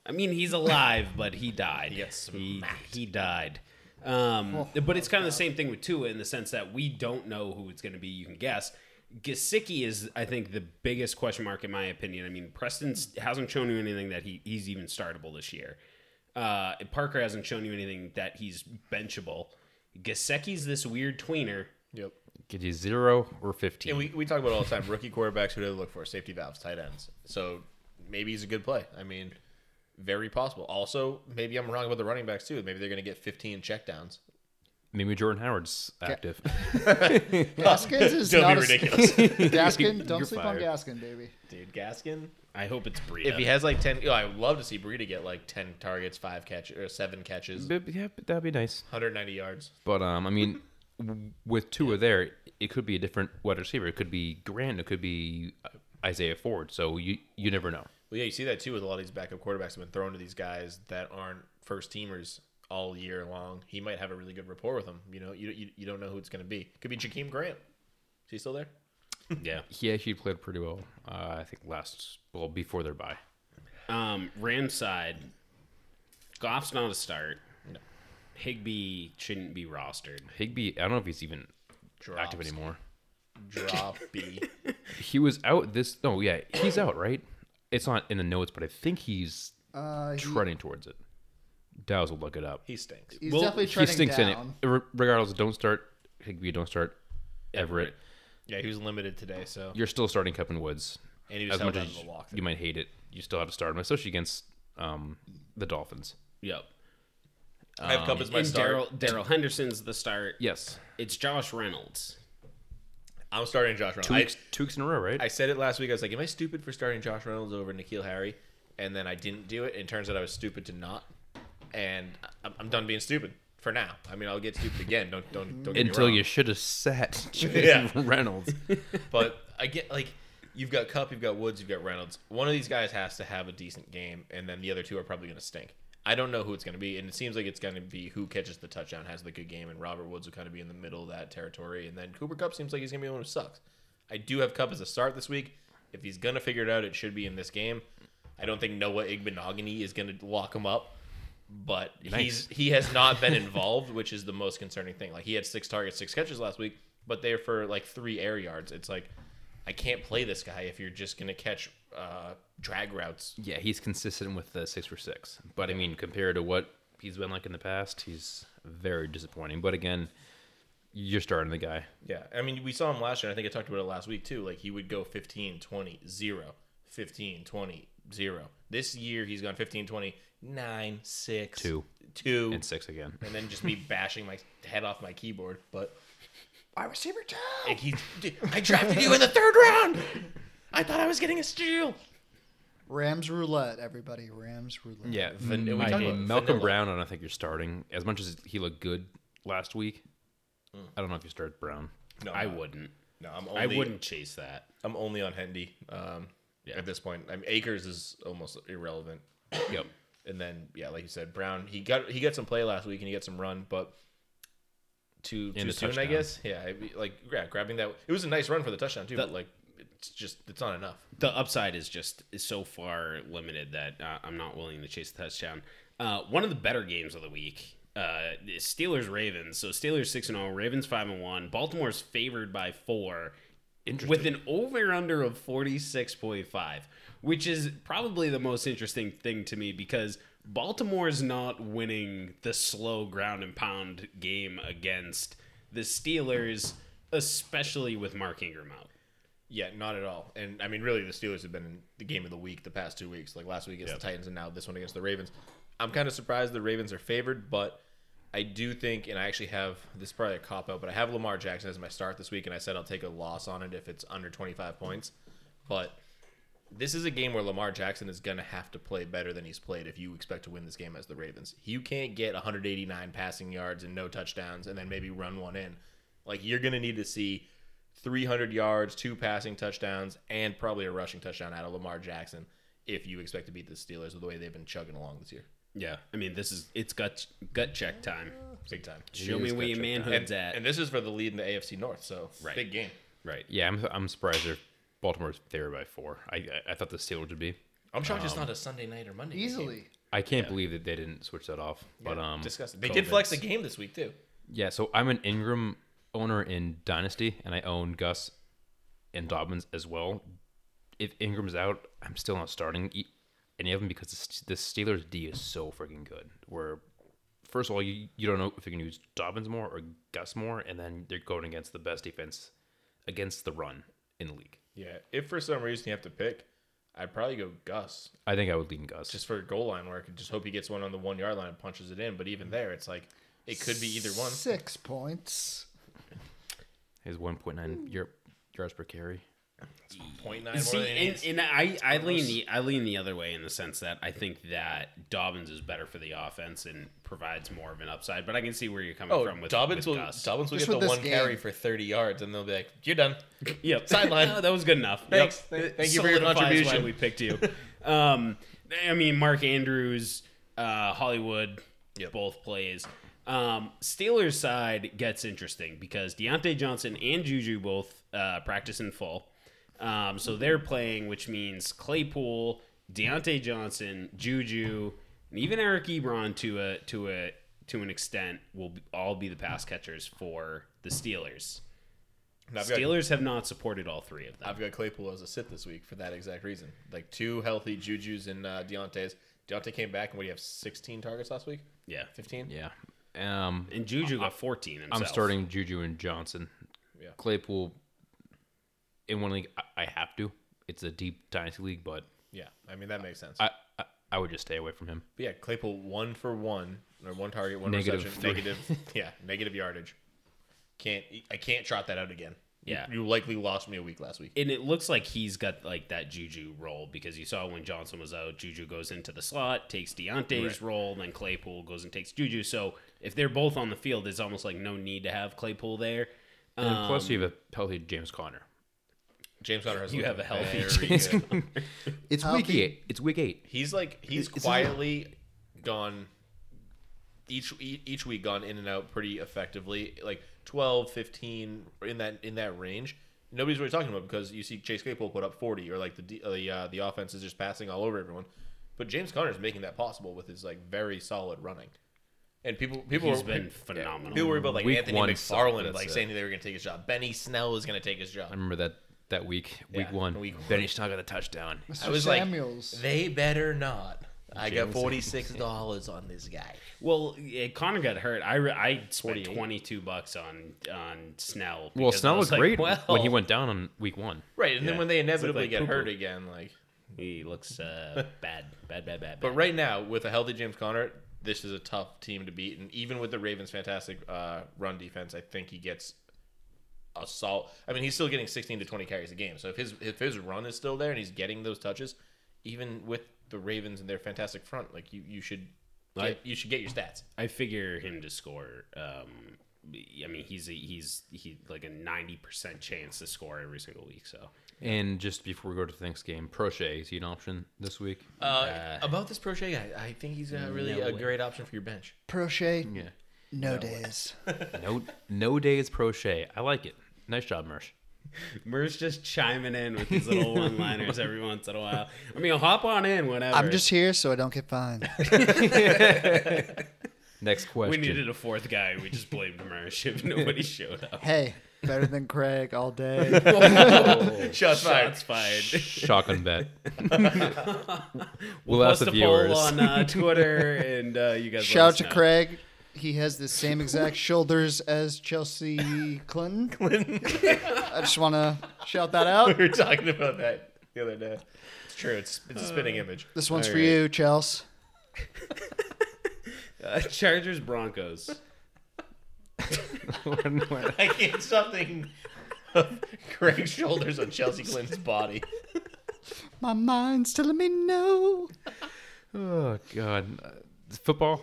S3: I mean, he's alive, but he died.
S4: Yes,
S3: he, he died. Um, but it's kind of the same thing with Tua in the sense that we don't know who it's going to be. You can guess. Gasicki is, I think, the biggest question mark in my opinion. I mean, Preston hasn't shown you anything that he, he's even startable this year. Uh, and Parker hasn't shown you anything that he's benchable. Gasecki's this weird tweener.
S4: yep.
S2: Get you zero or fifteen.
S4: And we, we talk about all the time rookie quarterbacks, who do they look for? Safety valves, tight ends. So maybe he's a good play. I mean, very possible. Also, maybe I'm wrong about the running backs, too. Maybe they're going to get 15 checkdowns.
S2: Maybe Jordan Howard's active.
S5: Gaskins is
S4: Don't
S5: not
S4: be
S5: a-
S4: ridiculous.
S5: Gaskin, don't
S2: You're
S5: sleep on
S2: fired.
S5: Gaskin, baby.
S4: Dude, Gaskin.
S3: I hope it's Breida.
S4: If he has like ten, oh, I would love to see Breida get like ten targets, five catches, or seven catches,
S2: But, yeah, but that'd be nice.
S4: 190 yards.
S2: But um, I mean, w- with Tua there, it could be a different wide receiver. It could be Grant. It could be uh, Isaiah Ford. So you you never know.
S4: Well, yeah, you see that too with a lot of these backup quarterbacks have been thrown to these guys that aren't first teamers all year long. He might have a really good rapport with them. You know, you you, you don't know who it's going to be. Could be Jakeem Grant. Is he still there?
S1: Yeah.
S2: He actually played pretty well. Uh, I think last well before their bye.
S3: Um, Rams side, Goff's not a start. No. Higby shouldn't be rostered.
S2: Higby, I don't know if he's even
S4: Drops.
S2: active anymore.
S4: Drop B.
S2: He was out this. Oh yeah, he's out, right? It's not in the notes, but I think he's
S5: Uh, he,
S2: treading towards it. Dows will look it up.
S4: He stinks.
S5: he's
S2: Well,
S5: definitely
S2: he
S5: treading
S2: stinks
S5: down.
S2: in it. Re- Regardless, don't start Higby. Don't start Everett.
S4: Yeah, he was limited today, so
S2: You're still starting Cup and Woods.
S4: and he was
S2: As
S4: held
S2: much
S4: out
S2: as
S4: of the walk.
S2: you might hate it, you still have to start him, especially against um, the Dolphins.
S3: Yep.
S4: I have Cup
S2: um,
S4: as my
S3: And
S4: start.
S3: Daryl Daryl Henderson's the start.
S2: Yes,
S3: It's Josh Reynolds.
S4: I'm starting Josh Reynolds.
S2: two
S4: I-
S2: weeks, two weeks in a row, right?
S4: I said it last week. I was like, "Am I stupid for starting Josh Reynolds over Nikhil Harry?" And then I didn't do it. And it turns out I was stupid to not. And I'm, I'm done being stupid for now. I mean, I'll get stupid again. Don't don't don't. Get
S2: Until
S4: me
S2: you
S4: wrong.
S2: should have sat
S4: Yeah.
S2: Jason Reynolds.
S4: But I get like you've got Cup, you've got Woods, you've got Reynolds. One of these guys has to have a decent game, and then the other two are probably going to stink. I don't know who it's going to be, and it seems like it's going to be who catches the touchdown has the good game, and Robert Woods will kind of be in the middle of that territory, and then Cooper Cup seems like he's going to be the one who sucks. I do have Cup as a start this week. If he's going to figure it out, it should be in this game. I don't think Noah Igbenogany is going to lock him up, but he's he has not been involved, which is the most concerning thing. Like he had six targets, six catches last week, but they're for like three air yards. It's like I can't play this guy if you're just going to catch uh, drag routes.
S2: yeah, he's consistent with the six for six. But I mean, compared to what he's been like in the past, he's very disappointing. But again, you're starting the guy.
S4: Yeah. I mean, we saw him last year. And I think I talked about it last week, too. Like, he would go 15, 20, 0, 15, 20, 0. This year, he's gone 15, 20, 9, 6,
S2: Two.
S4: 2,
S2: And six again.
S4: and then just me bashing my head off my keyboard. But
S5: Wide receiver two.
S4: like, he, I drafted you in the third round. I thought I was getting a steal.
S5: Rams roulette, everybody. Rams roulette.
S2: Yeah,
S4: Van- we
S2: Mm, I-
S4: talked about
S2: Malcolm
S4: vanilla.
S2: Brown. I don't think you're starting as much as he looked good last week.
S4: Hmm.
S2: I don't know if you start Brown.
S4: No,
S3: I wouldn't.
S4: No, I'm
S3: I
S4: only,
S3: wouldn't chase that.
S4: I'm only on Hendy um, at this point. I'm, Akers is almost irrelevant.
S2: Yep.
S4: And then yeah, like you said, Brown he got he got some play last week and he got some run, but too too
S2: the
S4: soon I
S2: touchdown.
S4: guess. Yeah, it'd be- like yeah, grabbing that it was a nice run for the touchdown too, but like it's just it's not enough.
S3: The upside is just is so far limited that uh, I'm not willing to chase the touchdown. Uh, one of the better games of the week uh, is Steelers Ravens. So Steelers six and zero, Ravens five and one. Baltimore's favored by four, with an over under of forty six point five, which is probably the most interesting thing to me because Baltimore's not winning the slow ground and pound game against the Steelers, especially with Mark Ingram out.
S4: Yeah, not at all. And I mean, really, the Steelers have been the game of the week the past two weeks. Like last week against the Titans, and now this one against the Ravens. I'm kind of surprised the Ravens are favored, but I do think, and I actually have this is probably a cop out, but I have Lamar Jackson as my start this week, and I said I'll take a loss on it if it's under 25 points. But this is a game where Lamar Jackson is going to have to play better than he's played if you expect to win this game as the Ravens. You can't get 189 passing yards and no touchdowns and then maybe run one in. Like you're going to need to see 300 yards, two passing touchdowns, and probably a rushing touchdown out of Lamar Jackson if you expect to beat the Steelers the way they've been chugging along this year.
S3: Yeah, I mean, this is it's gut gut check time.
S4: Big time.
S3: Show me where your manhood's at.
S4: And this is for the lead in the AFC North, so
S3: Right.
S4: big game.
S3: right.
S2: Yeah, I'm, I'm surprised they're Baltimore's favored by four. I I, I thought the Steelers would be.
S4: I'm shocked it's not a Sunday night or Monday. night game.
S5: Easily.
S2: I can't believe that they didn't switch that off. But um,
S4: Disgusting. They did flex the game this week too.
S2: yeah. So I'm an Ingram owner in Dynasty, and I own Gus and Dobbins as well. If Ingram's out, I'm still not starting e- any of them because the St- the Steelers D is so freaking good. Where first of all, you you don't know if you can use Dobbins more or Gus more, and then they're going against the best defense against the run in the league.
S4: Yeah. If for some reason you have to pick, I'd probably go Gus
S2: I think I would lean Gus.
S4: just for goal line work and just hope he gets one on the one yard line and punches it in. But even there, it's like it could be either one.
S5: Six points.
S2: His 1.9 yar- yards per carry.
S4: Point nine. more
S3: See,
S4: than he
S3: and,
S4: needs.
S3: and I, I lean the I lean the other way in the sense that I think that Dobbins is better for the offense and provides more of an upside. But I can see where you're coming
S4: Oh,
S3: from with
S4: Dobbins
S3: with
S4: will
S3: Gus.
S4: Dobbins will
S5: Just
S4: get the
S5: with this
S4: one carry
S5: game.
S4: for thirty yards, and they'll be like, "You're done."
S3: Yep.
S4: Sideline.
S3: No, that was good enough.
S4: Thanks.
S3: Yep.
S4: Th-
S3: It
S4: thank you for your
S3: solidifies
S4: contribution.
S3: Why we picked you. um, I mean, Mark Andrews, uh, Hollywood, both plays. Um, Steelers side gets interesting because Deontay Johnson and Juju both uh, practice in full. Um, so they're playing, which means Claypool, Deontay Johnson, Juju, and even Eric Ebron to a to a to an extent will be, all be the pass catchers for the Steelers.
S4: And I've got,
S3: Steelers have not supported all three of them.
S4: I've got Claypool as a sit this week for that exact reason. Like two healthy Juju's and uh, Deontay's. Deontay came back and what do you have? Sixteen targets last week?
S3: yeah.
S4: Fifteen?
S2: Yeah. Um,
S3: And Juju got 14 himself.
S2: I'm starting Juju and Johnson.
S4: Yeah.
S2: Claypool in one league, I, I have to. It's a deep dynasty league, but
S4: Yeah. I mean that makes sense.
S2: I, I I would just stay away from him.
S4: but yeah, Claypool one for one or one target, one
S2: Negative
S4: reception,
S2: three.
S4: negative. yeah, negative yardage. Can't I can't trot that out again. You-
S3: Yeah.
S4: You, likely lost me a week last week.
S3: And it looks like he's got like that Juju role because you saw when Johnson was out, Juju goes into the slot, takes Deontay's role, then Claypool goes and takes Juju. So if they're both on the field, it's almost like no need to have Claypool there.
S2: And
S3: Um,
S2: plus, you have a healthy James Conner.
S4: James Conner has
S3: you have
S4: looked
S3: a healthy
S4: very
S3: James
S4: good.
S2: It's
S5: I'll
S2: week
S5: be-
S2: eight. It's week eight.
S4: He's like he's
S2: It's- it's a-
S4: quietly gone each e- each week gone in and out pretty effectively like 12 15 in that in that range nobody's really talking about because you see Chase Claypool put up 40 or like the D- uh, the uh, the offense is just passing all over everyone but James Conner's making that possible with his like very solid running and people people
S3: He's
S4: were-
S3: been
S4: yeah,
S3: phenomenal.
S4: people worry about like
S2: Week
S4: Anthony
S2: one
S4: McFarland
S2: sucked,
S4: like
S2: that's
S4: saying they were going to take his job Benny Snell is going to take his job
S2: I remember that that week, week
S4: Yeah,
S2: one.
S4: week
S2: Week
S4: one.
S2: Benny Snell got the touchdown.
S5: Mr.
S4: I was
S5: Samuels.
S4: like they better not I got
S2: James-
S4: $46 on this guy
S3: Well, yeah, Connor got hurt. I, re- I spent 22 bucks on on Snell.
S2: Well,
S3: because I
S2: Snell was,
S3: like,
S2: great
S3: well,
S2: when he went down on week one.
S4: Right, and
S3: Yeah.
S4: then when they
S3: It's like,
S4: inevitably
S3: like,
S4: get
S3: poo-poo.
S4: hurt again, like.
S3: He looks uh, bad, bad, bad, bad.
S4: But
S3: bad.
S4: right now, with a healthy James Conner, this is a tough team to beat, and even with the Ravens' fantastic uh, run defense, I think he gets a solid. I mean, he's still getting 16 to 20 carries a game. So if his if his run is still there and he's getting those touches, even with the Ravens and their fantastic front, like you you should. Get,
S3: Right.
S4: You should get your stats.
S3: I figure him to score. Um, I mean, he's a, he's he like a ninety percent chance to score every single week. So
S2: And just before we go to the next game, Prochet is he an option this week?
S4: Uh, about this Prochet guy, I think he's uh, really a great option for your bench.
S5: Prochet,
S2: Yeah.
S5: no days.
S2: No, no days Prochet. I like it. Nice job, Mersh.
S3: Mer's just chiming in with these little one liners every once in a while. I mean, hop on in whenever.
S5: I'm just here so I don't get fined.
S2: Next question.
S3: we needed a fourth guy. We just blamed Mersh if nobody showed up.
S5: hey, better than Craig all day.
S4: Shots fired.
S3: That's fine.
S2: Shotgun bet. we'll ask
S3: Post
S2: the
S3: a poll
S2: viewers.
S3: on uh, Twitter, and uh, you guys let
S5: Shout out
S3: us
S5: to
S3: know.
S5: Craig. He has the same exact shoulders as Chelsea Clinton. Clinton. I just want to shout that out.
S4: we were talking about that the other day. Uh, It's true. It's it's a spinning image.
S5: This one's for you, Chels.
S3: Uh, Chargers Broncos.
S4: I can't stop thinking of Craig's shoulders on Chelsea Clinton's body.
S5: My mind's telling me no.
S2: oh God, uh, football.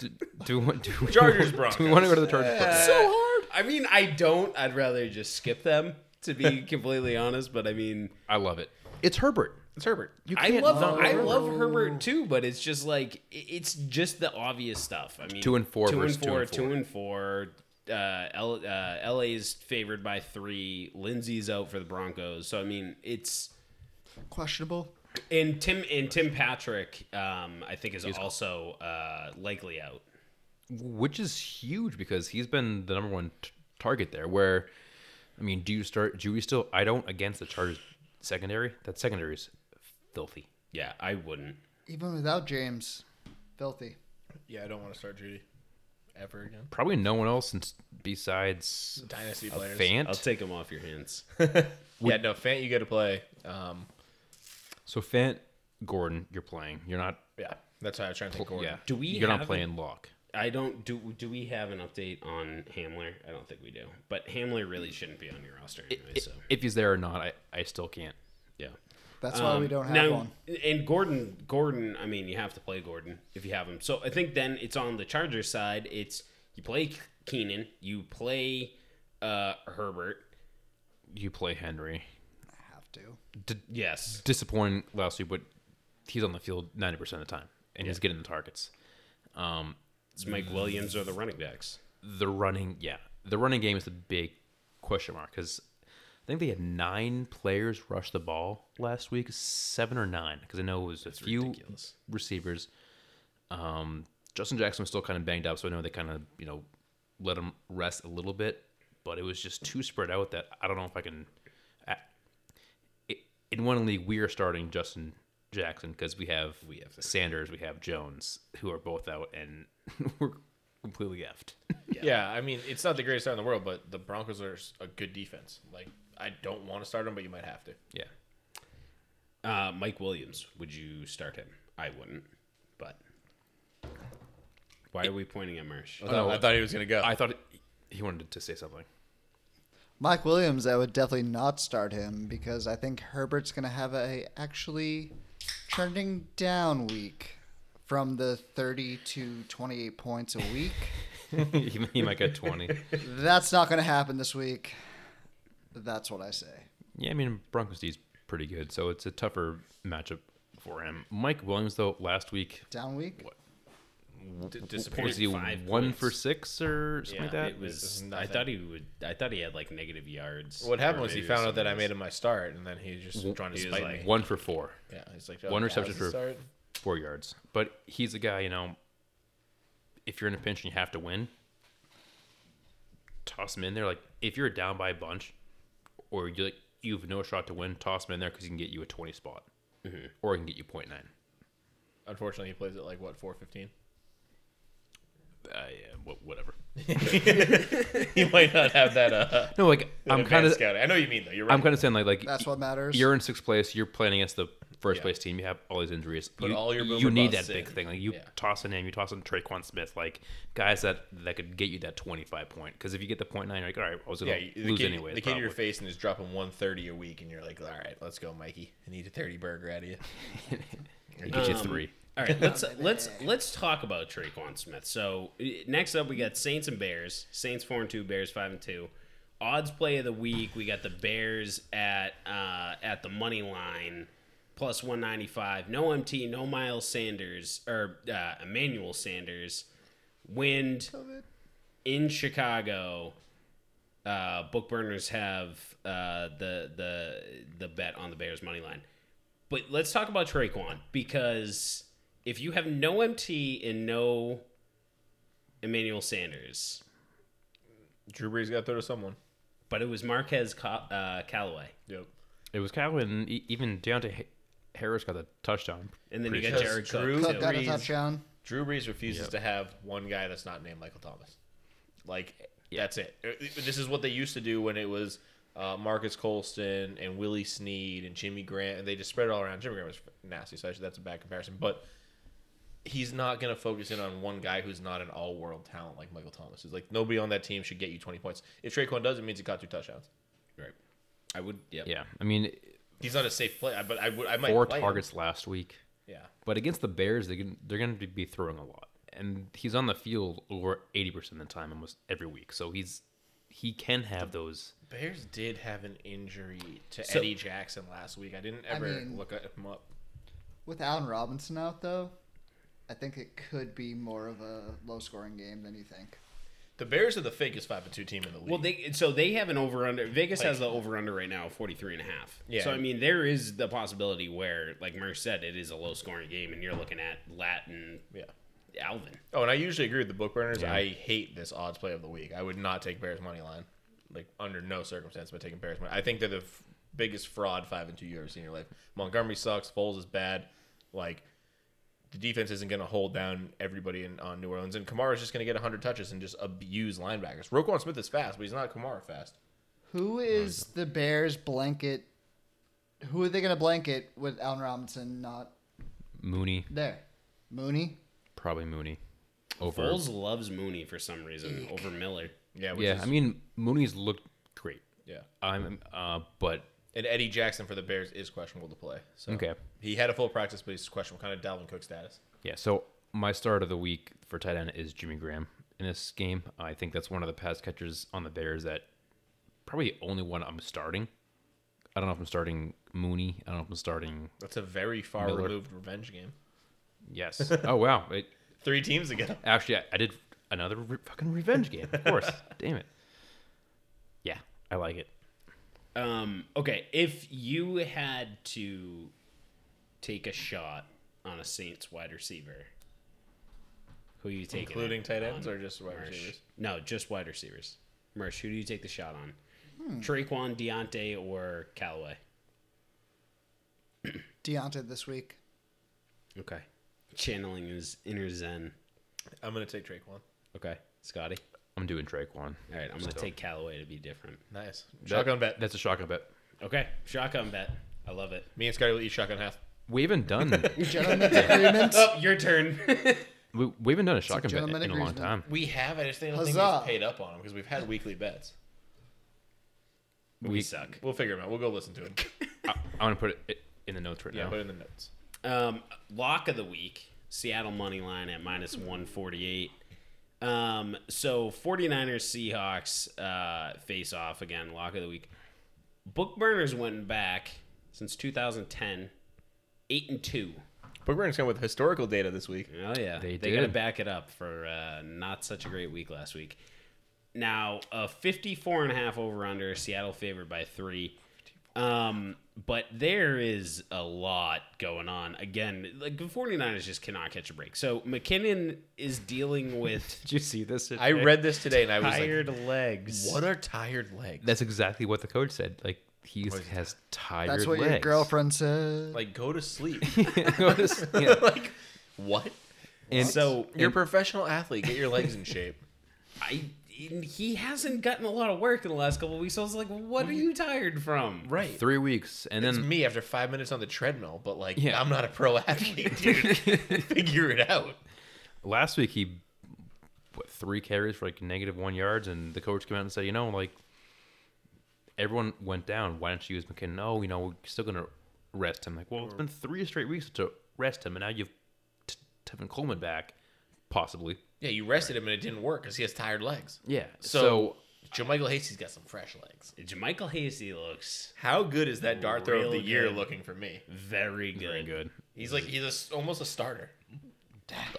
S2: Do, do, we- do, we-
S4: Chargers,
S2: Do we
S4: Broncos.
S2: want to go to the Chargers? first?
S3: so hard. I mean, I don't. I'd rather just skip them to be completely honest. But I mean,
S2: I love it. It's Herbert.
S3: It's Herbert. I
S2: can't
S3: love
S2: not
S3: I love Herbert too, but it's just like i- it's just the obvious stuff. I mean,
S2: Two and four
S3: two and
S2: versus two
S3: four,
S2: and four.
S3: two and four. Uh, L, uh, LA's favored by three. Lindsey's out for the Broncos, so I mean, it's
S5: Questionable.
S3: and Tim and Tim Patrick, um, I think is also uh, likely out.
S2: which is huge because he's been the number one t- target there. Where, I mean, do you start? Do we still? I don't against the Chargers secondary. That secondary is filthy.
S3: Yeah, I wouldn't.
S5: Even without James, filthy.
S4: Yeah, I don't want to start Judy ever again.
S2: Probably no one else since besides
S4: Dynasty
S2: a
S4: players.
S2: Fant.
S3: I'll take him off your hands.
S4: Yeah, no, Fant, you got to play. Um,
S2: so Fant, Gordon, you're playing. You're not.
S4: yeah, that's how I was trying to think. Gordon.
S2: Yeah,
S3: Do we
S2: You're not
S3: have-
S2: playing Lock.
S3: I don't do. Do we have an update on Hamler? I don't think we do. But Hamler really shouldn't be on your roster anyway. So
S2: If he's there or not, I, I still can't.
S3: yeah.
S5: That's why we
S3: Um,
S5: don't have
S3: now-
S5: one.
S3: And Gordon, Gordon. I mean, you have to play Gordon if you have him. So I think then it's on the Chargers side. It's you play Keenan, you play uh, Herbert.
S2: You play Henry.
S5: I have to.
S2: D-
S3: Yes,
S2: disappointing last week, but he's on the field ninety percent of the time, and he's getting the targets.
S3: it's Mike Williams or the running backs.
S2: The running, yeah, the running game is the big question mark because I think they had nine players rush the ball last week, seven or nine, because I know it was a few
S3: ridiculous.
S2: receivers. Um, Justin Jackson was still kind of banged up, so I know they kind of you know let him rest a little bit, but it was just too spread out that I don't know if I can. I, i- in one league, we are starting Justin Jackson because we have we have Sanders, we have Jones, who are both out, and we're completely effed.
S4: Yeah. I mean, it's not the greatest start in the world, but the Broncos are s- a good defense. Like, I don't want to start them, but you might have to.
S2: yeah,
S3: Uh, Mike Williams, would you start him? I wouldn't, but why are we pointing at Marsh?
S2: Oh,
S4: I thought, I thought he was gonna go.
S2: I thought he wanted to say something.
S5: Mike Williams, I would definitely not start him because I think Herbert's going to have a actually trending down week from the 30 to 28 points a week.
S2: he, he might get twenty.
S5: That's not going to happen this week. That's what I say.
S2: Yeah, I mean Broncos D's pretty good, so it's a tougher matchup for him. Mike Williams though last week
S5: Down week?
S4: D-
S2: what
S4: disappeared.
S2: was he
S3: five
S2: one
S3: points.
S2: for six or something like that?
S3: it was. I
S4: nothing.
S3: thought he would. I thought he had like negative yards.
S4: What happened
S3: or
S4: was he
S3: maybe
S4: found out
S3: something
S4: that I
S3: else.
S4: made him my start, and then he was just trying to
S3: he was
S4: spite
S3: like-
S4: me.
S2: one for four,
S4: Yeah, he's like
S2: one
S4: "Oh,
S2: reception
S4: that was the
S2: for-
S4: start?
S2: four yards. But he's a guy, you know. If you're in a pinch and you have to win, toss him in there. Like if you're down by a bunch, or you like you have no shot to win, toss him in there because he can get you a twenty spot, or he can get you point nine.
S4: Unfortunately, he plays at like what four fifteen.
S2: Uh, yeah, wha- whatever.
S4: He might not have that. Uh,
S2: No, like I'm kind of
S4: scouting. I know what you mean though. You're right.
S2: I'm kind of saying like like
S5: That's what matters.
S2: you're in sixth place. You're playing against the first
S4: Yeah.
S2: place team. You have all these injuries.
S4: Put
S2: you,
S4: all your
S2: you
S4: boomer
S2: need that
S4: busts
S2: big
S4: in.
S2: thing. Like you
S4: Yeah.
S2: toss in him, you toss in Traquan Smith, like guys that that could get you that twenty five point. Because if you get the point nine, you're like, all right, I was gonna
S4: yeah, you- the
S2: lose
S4: kid,
S2: anyway.
S4: The kid in your face and is dropping one thirty a week, and you're like, all right, let's go, Mikey. I need a thirty burger out of you.
S2: get you three.
S4: Um,
S3: All right, let's let's let's talk about Traquan Smith. So eh, next up, we got Saints and Bears. Saints four and two, Bears five and two. Odds play of the week, we got the Bears at uh, at the money line plus one ninety five. No MT, no Miles Sanders or uh, Emmanuel Sanders. Wind in Chicago. Uh, book burners have uh, the the the bet on the Bears money line. But let's talk about Traquan because if you have no MT and no Emmanuel Sanders,
S4: Drew Brees got to throw to someone.
S3: but it was Marquez Ca- uh, Callaway,
S4: Yep.
S2: It was Calvin, and e- even Deontante Ha- Harris got the touchdown.
S3: and then you got
S4: sure.
S3: Jared Cook.
S4: Drew-
S3: too.
S5: Cook got a
S4: Brees.
S5: touchdown.
S4: Drew Brees refuses to have one guy that's not named Michael Thomas. Like that's it. Uh, This is what they used to do when it was uh, Marcus Colston and Willie Sneed and Jimmy Grant, and they just spread it all around. Jimmy Grant was nasty, so actually that's a bad comparison. But he's not going to focus in on one guy who's not an all-world talent like Michael Thomas. Is like nobody on that team should get you twenty points. If Traquan does, it means he caught two touchdowns.
S3: Right. I would. Yep.
S2: Yeah, I mean,
S4: He's not a safe play, but I would. I might
S2: four
S4: play him.
S2: targets last week.
S4: Yeah.
S2: But against the Bears, they can, they're going to be throwing a lot, and he's on the field over eighty percent of the time almost every week. So he's he can have those.
S4: Bears did have an injury to
S3: So-
S4: Eddie Jackson last week. I didn't ever
S5: mean-
S4: look at him up.
S5: With Allen Robinson out, though, I think it could be more of a low scoring game than you think.
S4: The Bears are the fakest five and two team in the league.
S3: Well, they so they have an over under. Vegas has the
S4: Like-
S3: over under right now, 43 and a half.
S4: Yeah.
S3: So I mean, there is the possibility where, like Merce said, it is a low scoring game, and you're looking at Latin
S4: yeah.
S3: Alvin.
S4: Oh, and I usually agree with the book burners. I hate this odds play of the week. I would not take Bears money line, like under no circumstance, by taking Bears money. I think they're the f- biggest fraud five and two you ever seen in your life. Montgomery sucks. Foles is bad. Like the defense isn't going to hold down everybody in on New Orleans, and Kamara's just going to get hundred touches and just abuse linebackers. Roquan Smith is fast, but he's not Kamara fast.
S5: Who is the Bears blanket? Who are they going to blanket with Allen Robinson not
S2: Mooney,
S5: there? Mooney?
S2: probably Mooney. over.
S3: Foles loves Mooney for some reason over Miller.
S4: Yeah, which
S2: yeah,
S4: is-
S2: I mean Mooney's looked great.
S4: yeah.
S2: I'm uh, but
S4: And Eddie Jackson for the Bears is questionable to play. So
S2: Okay.
S4: he had a full practice, but he's questionable, kind of Dalvin Cook status.
S2: yeah. So my start of the week for tight end is Jimmy Graham in this game. I think that's one of the pass catchers on the Bears that probably the only one I'm starting. I don't know if I'm starting Mooney. I don't know if I'm starting.
S4: That's a very far
S2: Miller.
S4: removed revenge game.
S2: Yes. Oh wow. It,
S4: Three teams ago.
S2: Actually, I, I did another re- fucking revenge game. Of course. Damn it. Yeah, I like it.
S3: Um, okay, if you had to take a shot on a Saints wide receiver, who are you taking? it
S4: Including tight ends
S3: on?
S4: or just wide
S3: Mersh?
S4: receivers?
S3: No, just wide receivers. Mersh, who do you take the shot on? Traquan, Deontay, or Callaway?
S5: Deontay this week.
S3: Okay. Channeling his inner zen.
S4: I'm gonna take Traquan.
S3: Okay, Scotty.
S2: I'm doing Traquan.
S3: All right, I'm going to
S2: So-
S3: take Callaway to be different.
S4: Nice. Shotgun bet.
S2: That's a shotgun bet.
S3: Okay, shotgun bet. I love it.
S4: Me and Scotty will eat shotgun half.
S2: We haven't done
S5: Gentlemen's agreement.
S3: Oh, your turn.
S2: we, we haven't done a shotgun bet
S5: gentleman
S2: in a long
S5: agreement.
S2: time.
S4: We have. I just think, I don't
S5: Huzzah.
S4: think we've paid up on them because we've had weekly bets.
S3: we suck.
S4: We'll figure them out. We'll go listen to them.
S2: I, I want to put it in the notes right
S4: yeah,
S2: now.
S4: put it in the notes.
S3: Um, lock of the week, Seattle money line at minus 148. Um, so 49ers Seahawks uh, face off again, lock of the week. Book burners went back since 2010, 8 and 2.
S4: Bookburn's coming with historical data this week.
S3: Oh yeah,
S2: They
S3: they got to
S2: did.
S3: back it up for uh, not such a great week last week. Now a 54 and a half over under Seattle favored by three. Um, but there is a lot going on. Again, like the 49ers just cannot catch a break. So McKinnon is dealing with
S2: Did you see this?
S4: I read this today and I was
S3: tired legs.
S4: like, "What are tired legs?"
S2: That's exactly what the coach said. Like he has tired
S5: That's what your
S2: legs.
S5: girlfriend said.
S4: like, go to sleep.
S2: Yeah.
S4: like, what?
S2: And
S3: So
S4: You're a professional athlete. Get your legs in shape.
S3: I he hasn't gotten a lot of work in the last couple of weeks. So I was like, what are you tired from?
S4: Right.
S2: three weeks, and
S4: It's
S2: then
S4: me after five minutes on the treadmill, but like,
S2: Yeah.
S4: I'm not a pro athlete, dude. Figure it out.
S2: last week he what three carries for like negative one yards, and the coach came out and said, you know, like everyone went down. Why don't you use McKinnon? No, you know, we're still gonna rest him. Like, well, it's been three straight weeks to rest him, and now you've t- Tevin Coleman back, possibly.
S4: Yeah, you rested him and it didn't work because he has tired legs.
S2: Yeah.
S4: So,
S2: So,
S4: Joe Michael Hasey's got some fresh legs.
S3: Jamichael Hasty looks
S4: How good is that dart throw of the
S3: Real
S4: year
S3: good.
S4: looking for me?
S3: very good.
S2: very good.
S4: He's like he's a s almost a starter.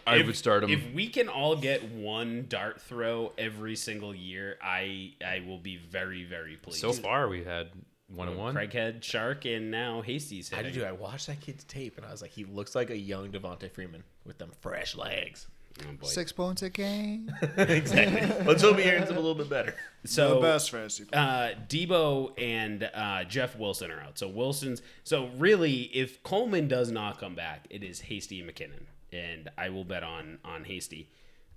S2: I
S3: If-
S2: would start him.
S3: If we can all get one dart throw every single year, I I will be very very pleased.
S2: so far, we had one and one.
S3: Craighead Shark and now Hasty's
S4: I
S3: hitting.
S4: do. I watched that kid's tape and I was like, he looks like a young Devonte Freeman with them fresh legs.
S3: Oh, boy.
S5: Six points a game.
S4: exactly. Let's hope he earns them a little bit better.
S3: So
S5: fantasy.
S3: uh, Debo and uh, Jeff Wilson are out. So Wilson's. So really, if Coleman does not come back, it is Hasty and McKinnon, and I will bet on on Hasty.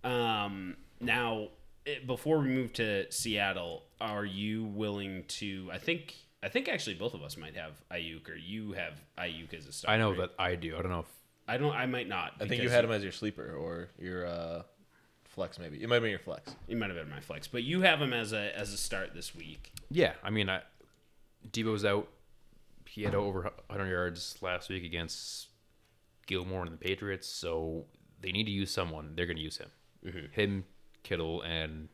S3: Um, now, eh, before we move to Seattle, are you willing to? I think I think actually both of us might have Ayuk, or you have Ayuk as a star.
S2: I know that I do. I don't know if
S3: I don't. I might not.
S4: I think you had him as your sleeper or your uh, flex, maybe. It might be your flex.
S3: It might have been my flex, but you have him as a as a start this week.
S2: yeah. I mean, I Debo's out. He had over 100 yards last week against Gilmore and the Patriots, so they need to use someone. They're going to use him. Him, Kittle, and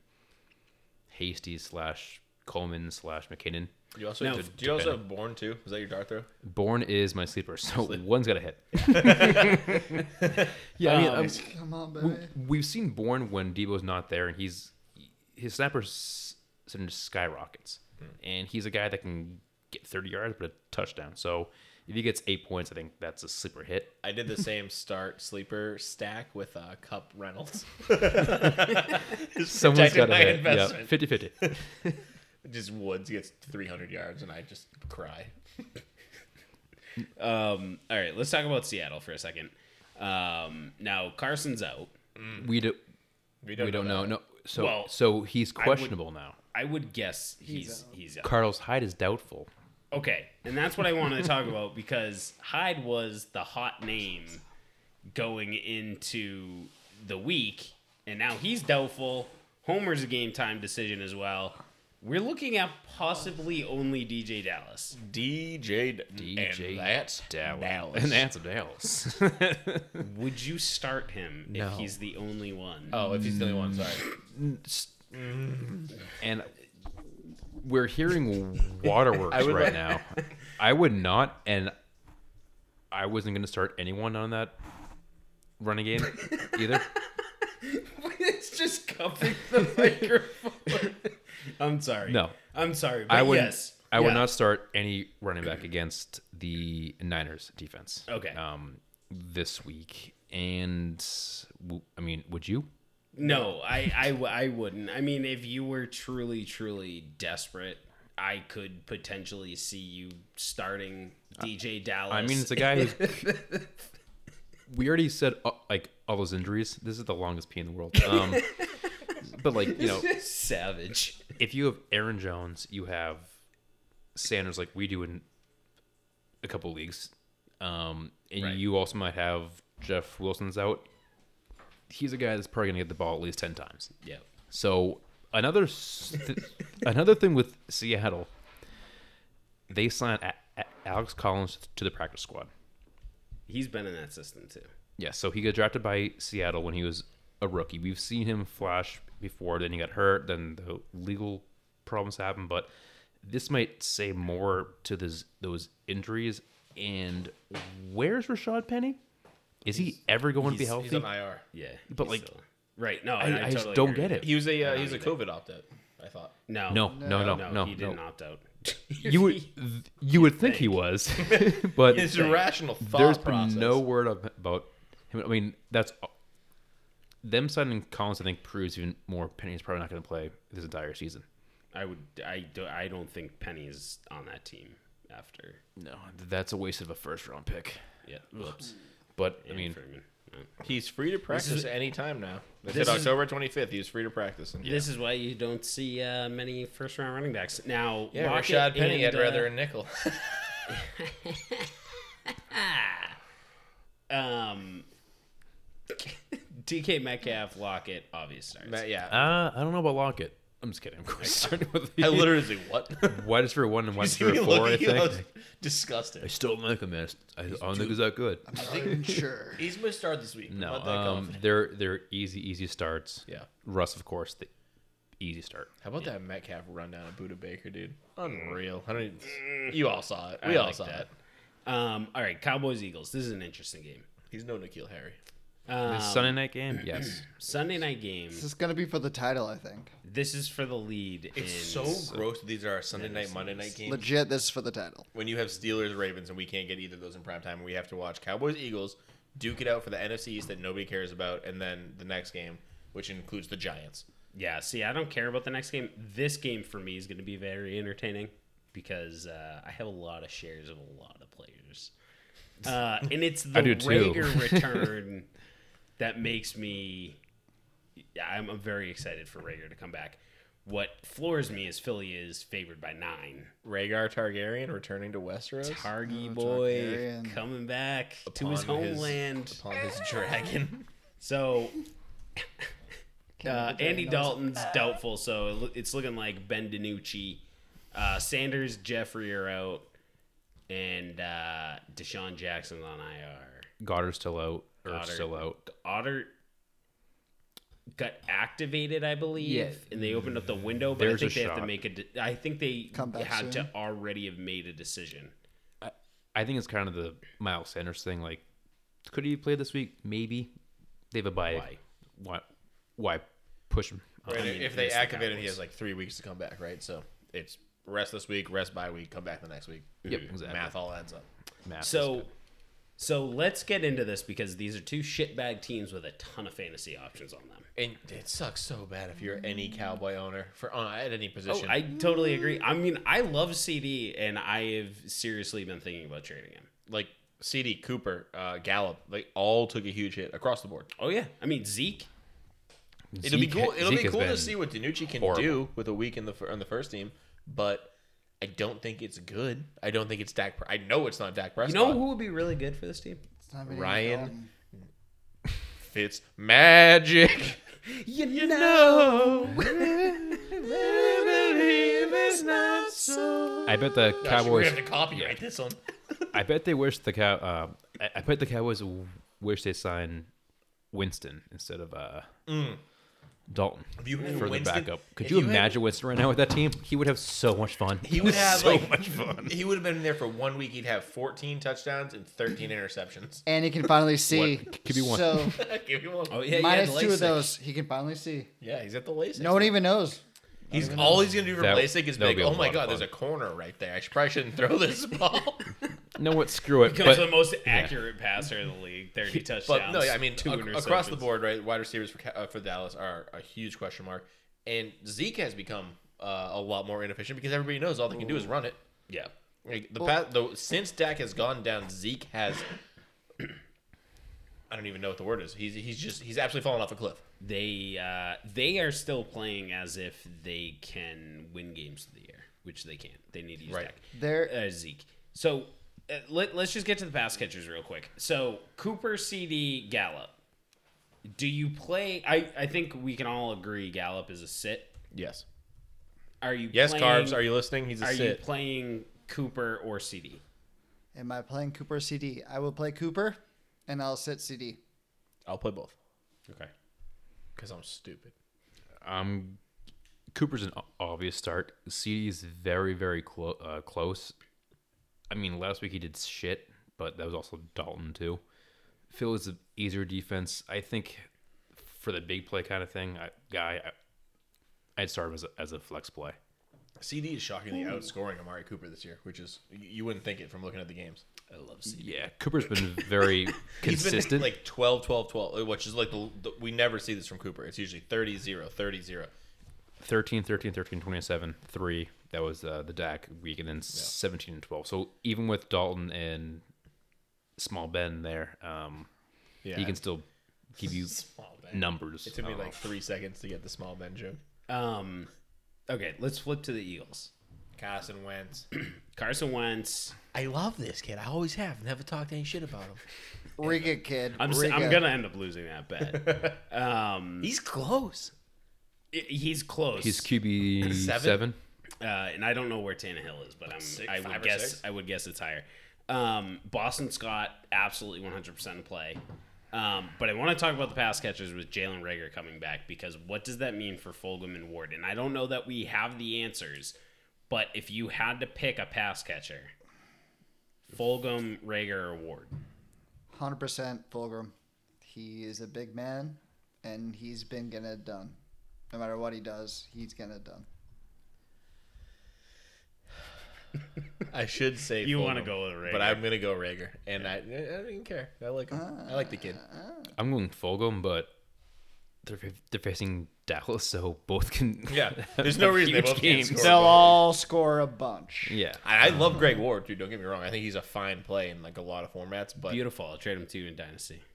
S2: Hasty slash Coleman slash McKinnon.
S4: You also
S3: Now,
S4: do you also have Born too? Is that your dart throw?
S2: Born is my sleeper, so one's got to hit. yeah, I mean, I'm-
S5: Come on,
S2: we,
S5: baby.
S2: we've seen Bourne when Debo's not there, and he's his snapper s- suddenly just skyrockets,
S4: Hmm.
S2: and he's a guy that can get 30 yards but a touchdown. So if he gets eight points, I think that's a sleeper hit.
S4: I did the same start sleeper stack with uh, Cup Reynolds.
S2: Someone's
S4: protected
S2: got
S4: my
S2: to hit. Yeah,
S4: investment.
S2: 50 50.
S4: Just Woods gets 300 yards and I just cry.
S3: Um, all right, let's talk about Seattle for a second. Um, now Carson's out.
S2: we do,
S4: We
S2: we don't know. No, so
S3: Well,
S2: so he's questionable now.
S3: I would guess he's he's out.
S2: Carlos Hyde is doubtful.
S3: Okay, and that's what I wanted to talk about because Hyde was the hot name going into the week, and now he's doubtful. Homer's a game time decision as well. We're looking at possibly only DJ Dallas.
S4: DJ
S2: DJ
S4: and that's
S2: Dallas.
S4: Dallas.
S2: And that's Dallas.
S3: Would you start him
S2: No.
S3: if he's the only one?
S4: oh, if he's the only one, sorry.
S2: and we're hearing waterworks
S4: would
S2: right
S4: like-
S2: now. I would not, and I wasn't going to start anyone on that running game either.
S3: it's just covering the microphone. I'm sorry.
S2: No.
S3: I'm sorry. But
S2: I would.
S3: Yes.
S2: I would
S3: Yeah.
S2: not start any running back against the Niners defense.
S3: Okay.
S2: Um, this week, and w- I mean, would you?
S3: No, I, I, w- I wouldn't. I mean, if you were truly, truly desperate, I could potentially see you starting DJ Dallas.
S2: I mean, it's a guy who's. we already said uh, like all those injuries. This is the longest pee in the world. Um, but like you know,
S3: savage.
S2: if you have Aaron Jones, you have Sanders, like we do in a couple leagues, um, and you also might have Jeff Wilson's out. He's a guy that's probably going to get the ball at least ten times.
S3: Yep.
S2: So another s- th- another thing with Seattle, they signed a- a- Alex Collins to the practice squad.
S3: He's been in that system too.
S2: Yeah, so he got drafted by Seattle when he was a rookie. We've seen him flash before. Then he got hurt. Then the legal problems happened. But this might say more to this, those injuries. And where's Rashad Penny? Is he ever going to be healthy?
S4: He's on IR.
S3: Yeah.
S2: But,
S3: he's
S2: like-
S3: still- right? No,
S2: I,
S3: and I,
S2: I just
S3: totally
S2: don't
S3: agree.
S2: get it.
S4: He was a uh, he was a COVID opt out. I thought.
S3: No,
S2: no, no, no, no, no.
S3: He didn't opt out.
S2: You would th- you would think he was, but
S4: It's a rational thought
S2: there's
S4: process.
S2: been no word of, about him. I mean, that's them signing Collins. I think proves even more. Penny's probably not going to play this entire season.
S3: I would. I do. I don't think Penny is on that team after.
S2: No, that's a waste of a first round pick.
S3: Yeah. Whoops.
S2: But I mean,
S3: Freeman. No.
S4: He's free to practice any time now. They
S3: this
S4: said
S3: is-
S4: October 25th. He's free to practice. And, yeah,
S3: This is why you don't see uh, many first round running backs now.
S4: yeah
S3: Lockett
S4: Rashad Penny.
S3: and,
S4: I'd rather
S3: uh,
S4: a nickel.
S3: um, DK Metcalf, Lockett, obvious starts.
S4: Matt, yeah.
S2: uh, I don't know about Lockett. I'm just kidding. Of course, starting with
S4: I
S2: the
S4: literally what?
S2: wide receiver one and wide
S4: See me
S2: receiver four. I
S4: looking, I was
S2: think.
S4: disgusted.
S2: still like him, man. I I don't think he's that good.
S5: sure.
S4: He's gonna start this week.
S2: No,
S4: Not that
S2: um,
S4: confident.
S2: they're they're easy, easy starts.
S4: Yeah.
S2: Russ, of course, the easy start.
S4: How about that Metcalf rundown of Buda Baker, dude? Unreal. I mean, you all saw it. We all
S3: like
S4: saw
S3: that.
S4: it.
S3: Um, all right, Cowboys, Eagles. This is an interesting game.
S4: He's no Nikhil Harry.
S3: Um,
S2: The Sunday night game, yes.
S3: Sunday night game.
S5: This is gonna be for the title, I think.
S3: This is for the lead. in-
S4: gross that these are our Sunday night, Monday night games.
S5: Legit, this is for the title.
S4: when you have Steelers, Ravens, and we can't get either of those in prime time, we have to watch Cowboys, Eagles, duke it out for the NFC East that nobody cares about, and then the next game, which includes the Giants.
S3: Yeah, see, I don't care about the next game. This game for me is going to be very entertaining because uh, I have a lot of shares of a lot of players, uh, and it's the
S2: I do too.
S3: Rager return that makes me. yeah, I'm I'm very excited for Rager to come back. What floors me is Philly is favored by nine.
S4: Rhaegar Targaryen returning to Westeros
S3: Hargy boy
S5: Targaryen.
S3: coming back to
S4: upon
S3: his homeland.
S4: upon his dragon.
S3: So uh,
S5: believe
S3: Andy
S5: Daniels-
S3: Dalton's doubtful, so it loo- it's looking like Ben DiNucci. Uh, Sanders, Jeffrey are out, and uh, Deshaun Jackson's on IR.
S2: Goddard's still out. Or
S3: Goddard.
S2: still out.
S3: Otter got activated, I believe,
S2: Yeah.
S3: and they opened up the window. But
S2: There's
S3: I
S2: a
S3: think they have to
S2: shot.
S3: make a. De- I think they
S5: Come back
S3: had
S5: soon.
S3: to already have made a decision.
S2: I think it's kind of the Miles Sanders thing. Like, could he play this week? Maybe. They have a bye.
S3: Why?
S2: Why, why push him?
S4: Right,
S3: mean,
S4: if
S3: it
S4: they
S3: is the
S4: activate him, he
S3: Cowboys.
S4: has like three weeks to come back, right? So it's rest this week, rest by week, come back the next week.
S2: Yep, exactly.
S4: Math all adds up.
S2: Math is
S3: So,
S2: good.
S3: so let's get into this because these are two shitbag teams with a ton of fantasy options on them.
S4: And it sucks so bad if you're any cowboy owner for uh, at any position.
S3: Oh, I totally agree. I mean, I love CD, and I have seriously been thinking about trading him.
S4: like CD Cooper, uh, Gallup, they all took a huge hit across the board.
S3: Oh yeah, I mean Zeke.
S4: It'll be
S2: Zeke-
S4: cool. It'll
S2: Zeke
S4: be
S2: has
S4: cool to
S2: been-
S4: see what Danucci can
S2: horrible.
S4: do with a week in the fir- on the first team, but I don't think it's good. I don't think it's Dak. Pre- I know it's not Dak
S3: You
S4: Prescott.
S3: know who would be really good for this team?
S5: It's not even
S4: Ryan
S5: Dalton.
S4: Fitz Magic.
S3: You, know, believe it's not so.
S2: I bet the
S4: Gosh, we're
S2: Cowboys.
S4: gonna have to copyright this one.
S2: I bet they wish the cow. Uh, I, I bet the Cowboys w- wish they sign Winston instead of uh, Dalton
S4: Mm. you had
S2: for
S4: Winston-
S2: the backup. Could
S4: if
S2: you,
S4: you had-
S2: imagine Winston right now with that team? He would have so much fun.
S4: He would have
S2: so
S4: like,
S2: much fun.
S4: He would have been there for one week. He'd have 14 touchdowns and 13 interceptions.
S5: And he can finally see.
S2: What? Could be one.
S5: So
S4: Give me one.
S3: Oh yeah, you had
S5: minus
S3: the
S5: two
S3: LASIK.
S5: of those, he can finally see.
S4: Yeah, he's at the laces.
S5: No one even knows.
S4: He's all he's gonna do for
S2: That-
S4: LASIK is
S2: that would
S4: big.
S2: be a
S4: Oh my
S2: lot of
S4: god, there's
S2: fun."
S4: a corner right there. I should, probably shouldn't throw this ball.
S2: No, what? Screw it.
S3: Becomes
S2: But
S3: the most accurate passer in the league. Thirty touchdowns.
S4: but no, I mean
S3: two
S4: ac- across the
S3: interceptions.
S4: board, right? Wide receivers for Ca- uh, for Dallas are a huge question mark, and Zeke has become uh, a lot more inefficient because everybody knows all they can do is run it.
S3: Yeah.
S4: Like the pa- the since Dak has gone down, Zeke has. I don't even know what the word is. He's he's just he's absolutely fallen off a cliff.
S3: they uh, they are still playing as if they can win games of the year, which they can't. They need to use
S4: Right.
S3: Dak.
S5: They're-
S3: uh, Zeke. So uh, let, let's just get to the pass catchers real quick. So Cooper, CD, Gallup. Do you play? I I think we can all agree Gallup is a sit.
S4: Yes.
S3: Are you
S4: Yes,
S3: playing,
S4: Carbs, are you listening? He's a
S3: are you
S4: sit.
S3: playing Cooper or CD?
S5: Am I playing Cooper or CD? I will play Cooper, and I'll sit CD.
S4: I'll play both
S3: Okay.
S4: because I'm stupid.
S2: um, Cooper's an o- obvious start. CD is very, very clo- uh, close. I mean, last week he did shit, but that was also Dalton too. Phil is an easier defense. I think for the big play kind of thing, I, guy, I, I'd start him as a, as a flex play.
S4: CD is shockingly outscoring Amari Cooper this year, which is you- you wouldn't think it from looking at the games.
S3: I love CD.
S2: Yeah, Cooper's been very
S4: He's been
S2: consistent.
S4: like 12 12 12, uh, which is like the, the we never see this from Cooper. It's usually 30 0 30 0.
S2: 13 13 13 27 3 that was uh, the DAC week and then 17 and 12 so even with Dalton and small Ben there um,
S4: Yeah.
S2: he can still give you
S4: small Ben.
S2: numbers
S4: It took me
S2: Uh,
S4: like 3 seconds to get the small Ben joke.
S3: Um. Okay, let's flip to the Eagles.
S4: Carson Wentz.
S3: Carson Wentz.
S4: I love this kid. I always have. Never talked any shit about him.
S5: Rig it, kid.
S3: I'm, s
S5: Rig
S3: am
S5: it.
S3: gonna end up losing that bet.
S4: He's close.
S3: I- He's close.
S2: he's QB 7,
S4: Seven?
S3: uh, and I don't know where Tannehill is, but I'm,
S4: six-
S3: I
S4: five
S3: would
S4: or
S3: guess
S4: six?
S3: I would guess it's higher. Um, Boston Scott absolutely 100 percent play. Um, but I want to talk about the pass catchers with Jalen Rager coming back because what does that mean for Fulgham and Ward? And I don't know that we have the answers, but if you had to pick a pass catcher, Fulgham, Rager, or Ward,
S5: 100% Fulgrim. He is a big man, and he's been getting it done. No matter what he does, he's getting it done.
S4: I should say
S3: You
S4: Fulgham,
S3: wanna go with Rager.
S4: But I'm going to go Rager. And I, I don't even care. I like him. I like the kid.
S2: I'm going Fulgham but they're, fa- they're facing Dallas so both can
S4: Yeah. There's no reason they
S2: Huge
S4: both can't
S2: games.
S4: score.
S5: They'll all score a bunch.
S2: yeah
S4: I, I love Greg Ward, too. Don't get me wrong. I think he's a fine play in like a lot of formats, but
S3: beautiful. I'll trade him to you in Dynasty.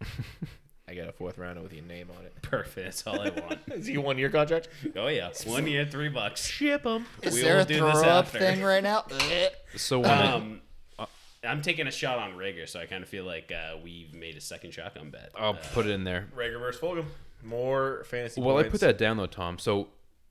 S4: I got a fourth rounder with your name on it.
S3: Perfect. That's all I want.
S4: Is he a one year contract?
S3: Oh yeah, one year, three bucks.
S4: Ship him.
S5: Is
S3: We
S5: there
S3: will
S5: a
S3: do this
S5: throw up
S3: after.
S5: thing right now?
S2: so when I-
S3: Um, I'm taking a shot on Rager, so I kind of feel like uh, we've made a second shotgun bet.
S2: I'll put it in there
S4: Rager versus Fulgham. More fantasy.
S2: Well, I
S4: points.
S2: put that down though, Tom. So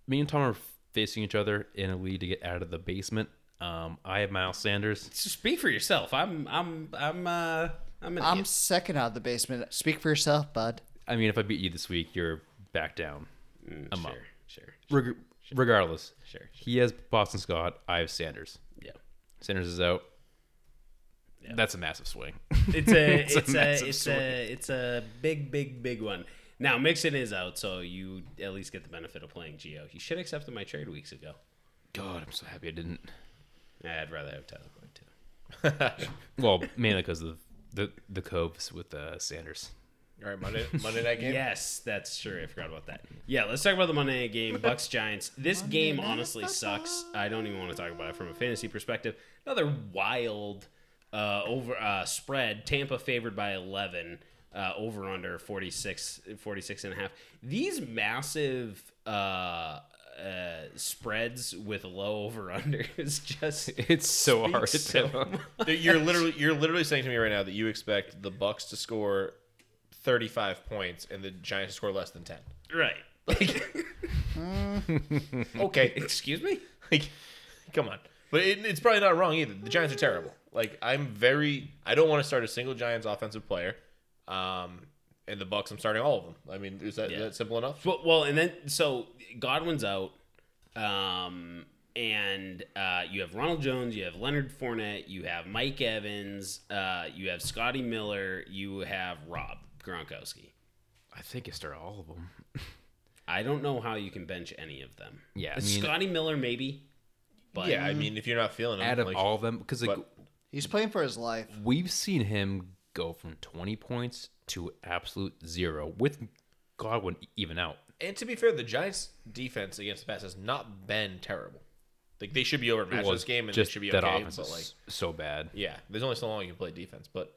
S2: me and Tom are facing each other in a lead to get out of the basement. Um, I have Miles Sanders.
S3: So speak for yourself. I'm, I'm, I'm, uh, I'm an
S5: I'm
S3: idiot.
S5: second out of the basement. Speak for yourself, bud.
S2: I mean, if I beat you this week, you're back down.
S4: Mm,
S2: I'm up.
S3: sure, sure.
S2: Reg- regardless,
S3: Sure, sure.
S2: he has Boston Scott. I have Sanders.
S3: Yeah,
S2: Sanders is out. That's a massive swing.
S3: it's a, it's,
S2: a
S3: a,
S2: massive
S3: it's
S2: swing.
S3: a, it's a big, big, big one. Now Mixon is out, so you at least get the benefit of playing Geo. You should have accepted my trade weeks ago.
S2: God, I'm so happy I didn't.
S3: I'd rather have Tyler Boyd too.
S2: Well, mainly because of the the coves with uh, Sanders.
S4: All right, Monday, Monday night game.
S3: Yes, that's true. I forgot about that. Yeah, let's talk about the Monday night game. Bucks Giants. This game honestly sucks. I don't even want to talk about it from a fantasy perspective. Another wild uh, over uh, spread. Tampa favored by 11. Uh, over under 46 46 and a half these massive uh, uh spreads with low over unders just
S2: It's so hard to
S3: so
S2: tell.
S4: You're literally you're literally saying to me right now that you expect the Bucks to score 35 points and the Giants to score less than 10.
S3: Right.
S4: Okay,
S3: Excuse me?
S4: like come on but it, it's probably not wrong either the giants are terrible like i'm very i don't want to start a single giants offensive player um and the bucks i'm starting all of them i mean is that, is that simple enough
S3: Well, well, and then so Godwin's out, um, and uh, you have Ronald Jones, you have Leonard Fournette, you have Mike Evans, uh, you have Scotty Miller, you have Rob Gronkowski.
S2: I think I start all of them.
S3: I don't know how you can bench any of them.
S2: Yeah, I
S3: Uh,
S2: mean-
S3: Scotty Miller maybe. But
S4: yeah i mean if you're not feeling them,
S2: Out of
S4: like,
S2: all of them, because like
S4: but-
S5: He's playing for his life.
S2: we've seen him go from twenty points to absolute zero with Godwin even out.
S4: and to be fair the giants defense against the pass has not been terrible like they should be overmatched this game and they should be
S2: that
S4: okay
S2: offense
S4: but
S2: is
S4: like
S2: so bad.
S4: yeah there's only so long you can play defense but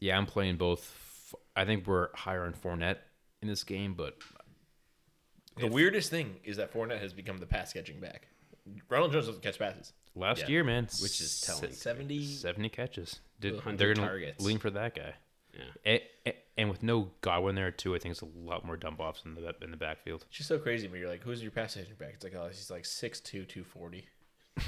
S2: Yeah, I'm playing both. I think we're higher on Fournette in this game, but
S4: the weirdest thing is that Fournette has become the pass catching back. Ronald Jones doesn't catch passes.
S2: last year, man,
S3: Which is telling.
S2: se-
S4: 70
S2: seventy catches. Did,
S3: 100
S2: they're gonna
S3: targets.
S2: lean for that guy?
S3: Yeah.
S2: And, and with no Godwin there too, I think it's a lot more dump offs in the in the backfield.
S4: It's just so crazy, but you're like, who's your pass catching back? It's like, oh, he's like 6'2", 240.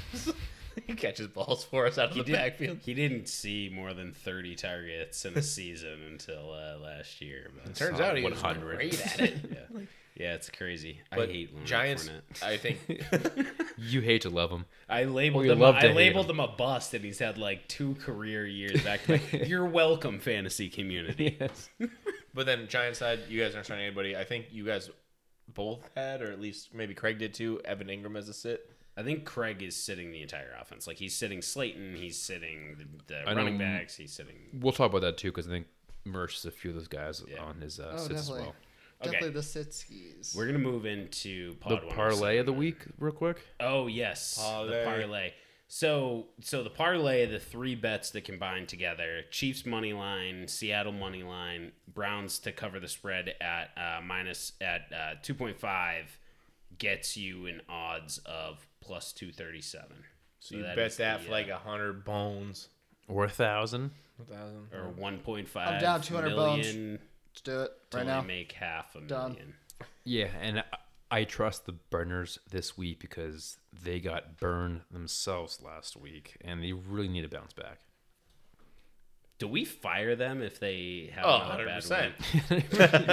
S4: he catches balls for us out of the backfield.
S3: He didn't see more than 30 targets in a season until uh, last year. But,
S4: Turns
S2: Solid
S4: out he was
S2: 100.
S4: great at it.
S3: yeah. yeah, it's crazy.
S4: But
S3: I hate Leonard
S4: Giants,
S3: Fournette.
S4: I think,
S2: You hate to love him.
S3: I labeled
S2: you
S3: him.
S2: love to
S3: I
S2: hate
S3: labeled him a bust, and he's had like two career years back. to back. You're welcome, fantasy community.
S2: Yes.
S4: but then Giants side, you guys aren't starting anybody. I think you guys both had, or at least maybe Craig did too, Evan Ingram as a sit.
S3: I think Craig is sitting the entire offense. Like he's sitting Slayton, he's sitting the, the
S2: I know-
S3: running backs, he's sitting.
S2: We'll talk about that too, because I think Mersh is a few of those guys on his uh,
S5: Oh,
S2: sits as
S5: definitely.
S2: well.
S5: Definitely the Sitskis.
S3: We're gonna move into
S2: The
S3: pod one.
S2: parlay of the week, real quick.
S3: Oh yes,
S4: Parlay.
S3: the parlay. So so the parlay, the three bets that combine together: Chiefs money line, Seattle money line, Browns to cover the spread at uh, minus at uh, two point five, gets you an odds of plus two thirty seven.
S4: So you
S3: that
S4: bet
S3: is
S4: that
S3: the, uh,
S4: for like a 100 bones.
S2: Or a thousand.
S4: 1,000.
S3: or one point five.
S5: I'm down 200 bones.
S3: million
S5: Let's do it
S3: to
S5: right
S3: only
S5: now.
S3: make half a
S5: Done.
S3: million.
S2: Yeah, and I, I trust the burners this week because they got burned themselves last week, and they really need to bounce back.
S3: Do we fire them if they have
S4: Oh,
S3: another
S4: 100%.
S3: bad week?
S4: You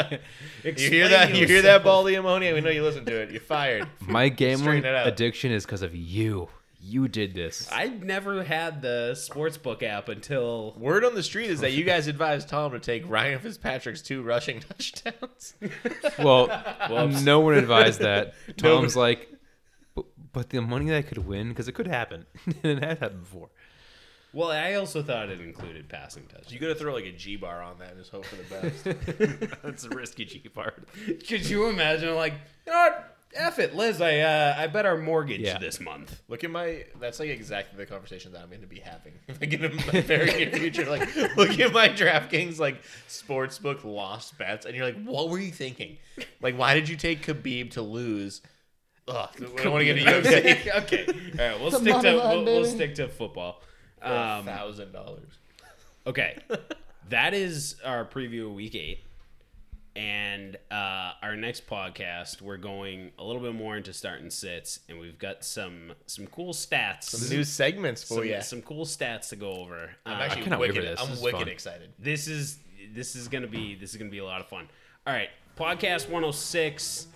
S4: hear that? You hear that, Baldy Ammonia? We know you listen to it. You're fired.
S2: My gambling
S4: Straighten it out.
S2: addiction is because of you. You did this.
S3: I never had the sportsbook app until
S4: Word on the street is that you guys advised Tom to take Ryan Fitzpatrick's two rushing touchdowns.
S2: well, no one advised that. Tom's like, but, but the money that I could win, because it could happen, and it has happened before.
S3: Well, I also thought it included passing touchdowns.
S4: You gotta throw like a G bar on that and just hope for the best.
S2: That's a risky cheeky part.
S3: Could you imagine, like, you know what? F it, Liz. I uh, I bet our mortgage
S2: Yeah.
S3: this month.
S4: Look at my. That's like exactly the conversation that I'm gonna be having. Like in my very near future, like look at my DraftKings like sportsbook lost bets, and you're like, what were you thinking? Like, why did you take Khabib to lose? Ugh, I don't want to get a UFC
S3: okay, okay. all right. We'll
S5: The
S3: stick to
S5: money line,
S3: we'll, we'll
S5: baby.
S3: stick to football. Um,
S4: thousand dollars.
S3: okay, that is our preview of week eight, and uh, our next podcast we're going a little bit more into starting sits, and we've got some some cool stats, some,
S4: New segments
S2: oh,
S4: for you.
S3: some cool stats to go over.
S6: Ah,
S4: I'm
S3: Uh,
S4: actually
S2: cannot wait for
S4: wicked.
S2: this.
S4: I'm
S2: This is
S4: wicked
S2: fun.
S4: excited.
S3: this is this is gonna be this is gonna be a lot of fun all right podcast 106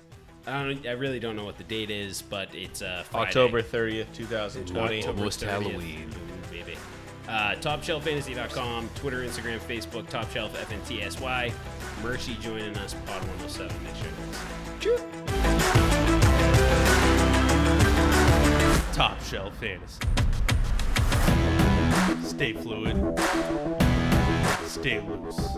S3: I, don't, I really don't know what the date is but it's uh Friday.
S4: October 30th, 2020.
S2: Almost
S3: 30th.
S2: Halloween.
S3: Ooh, baby uh, topshelffantasy.com twitter instagram facebook topshelf fntsy mercy joining us pod 107 make sure to listen.
S6: Top Shelf Fantasy. Stay fluid. Stay loose.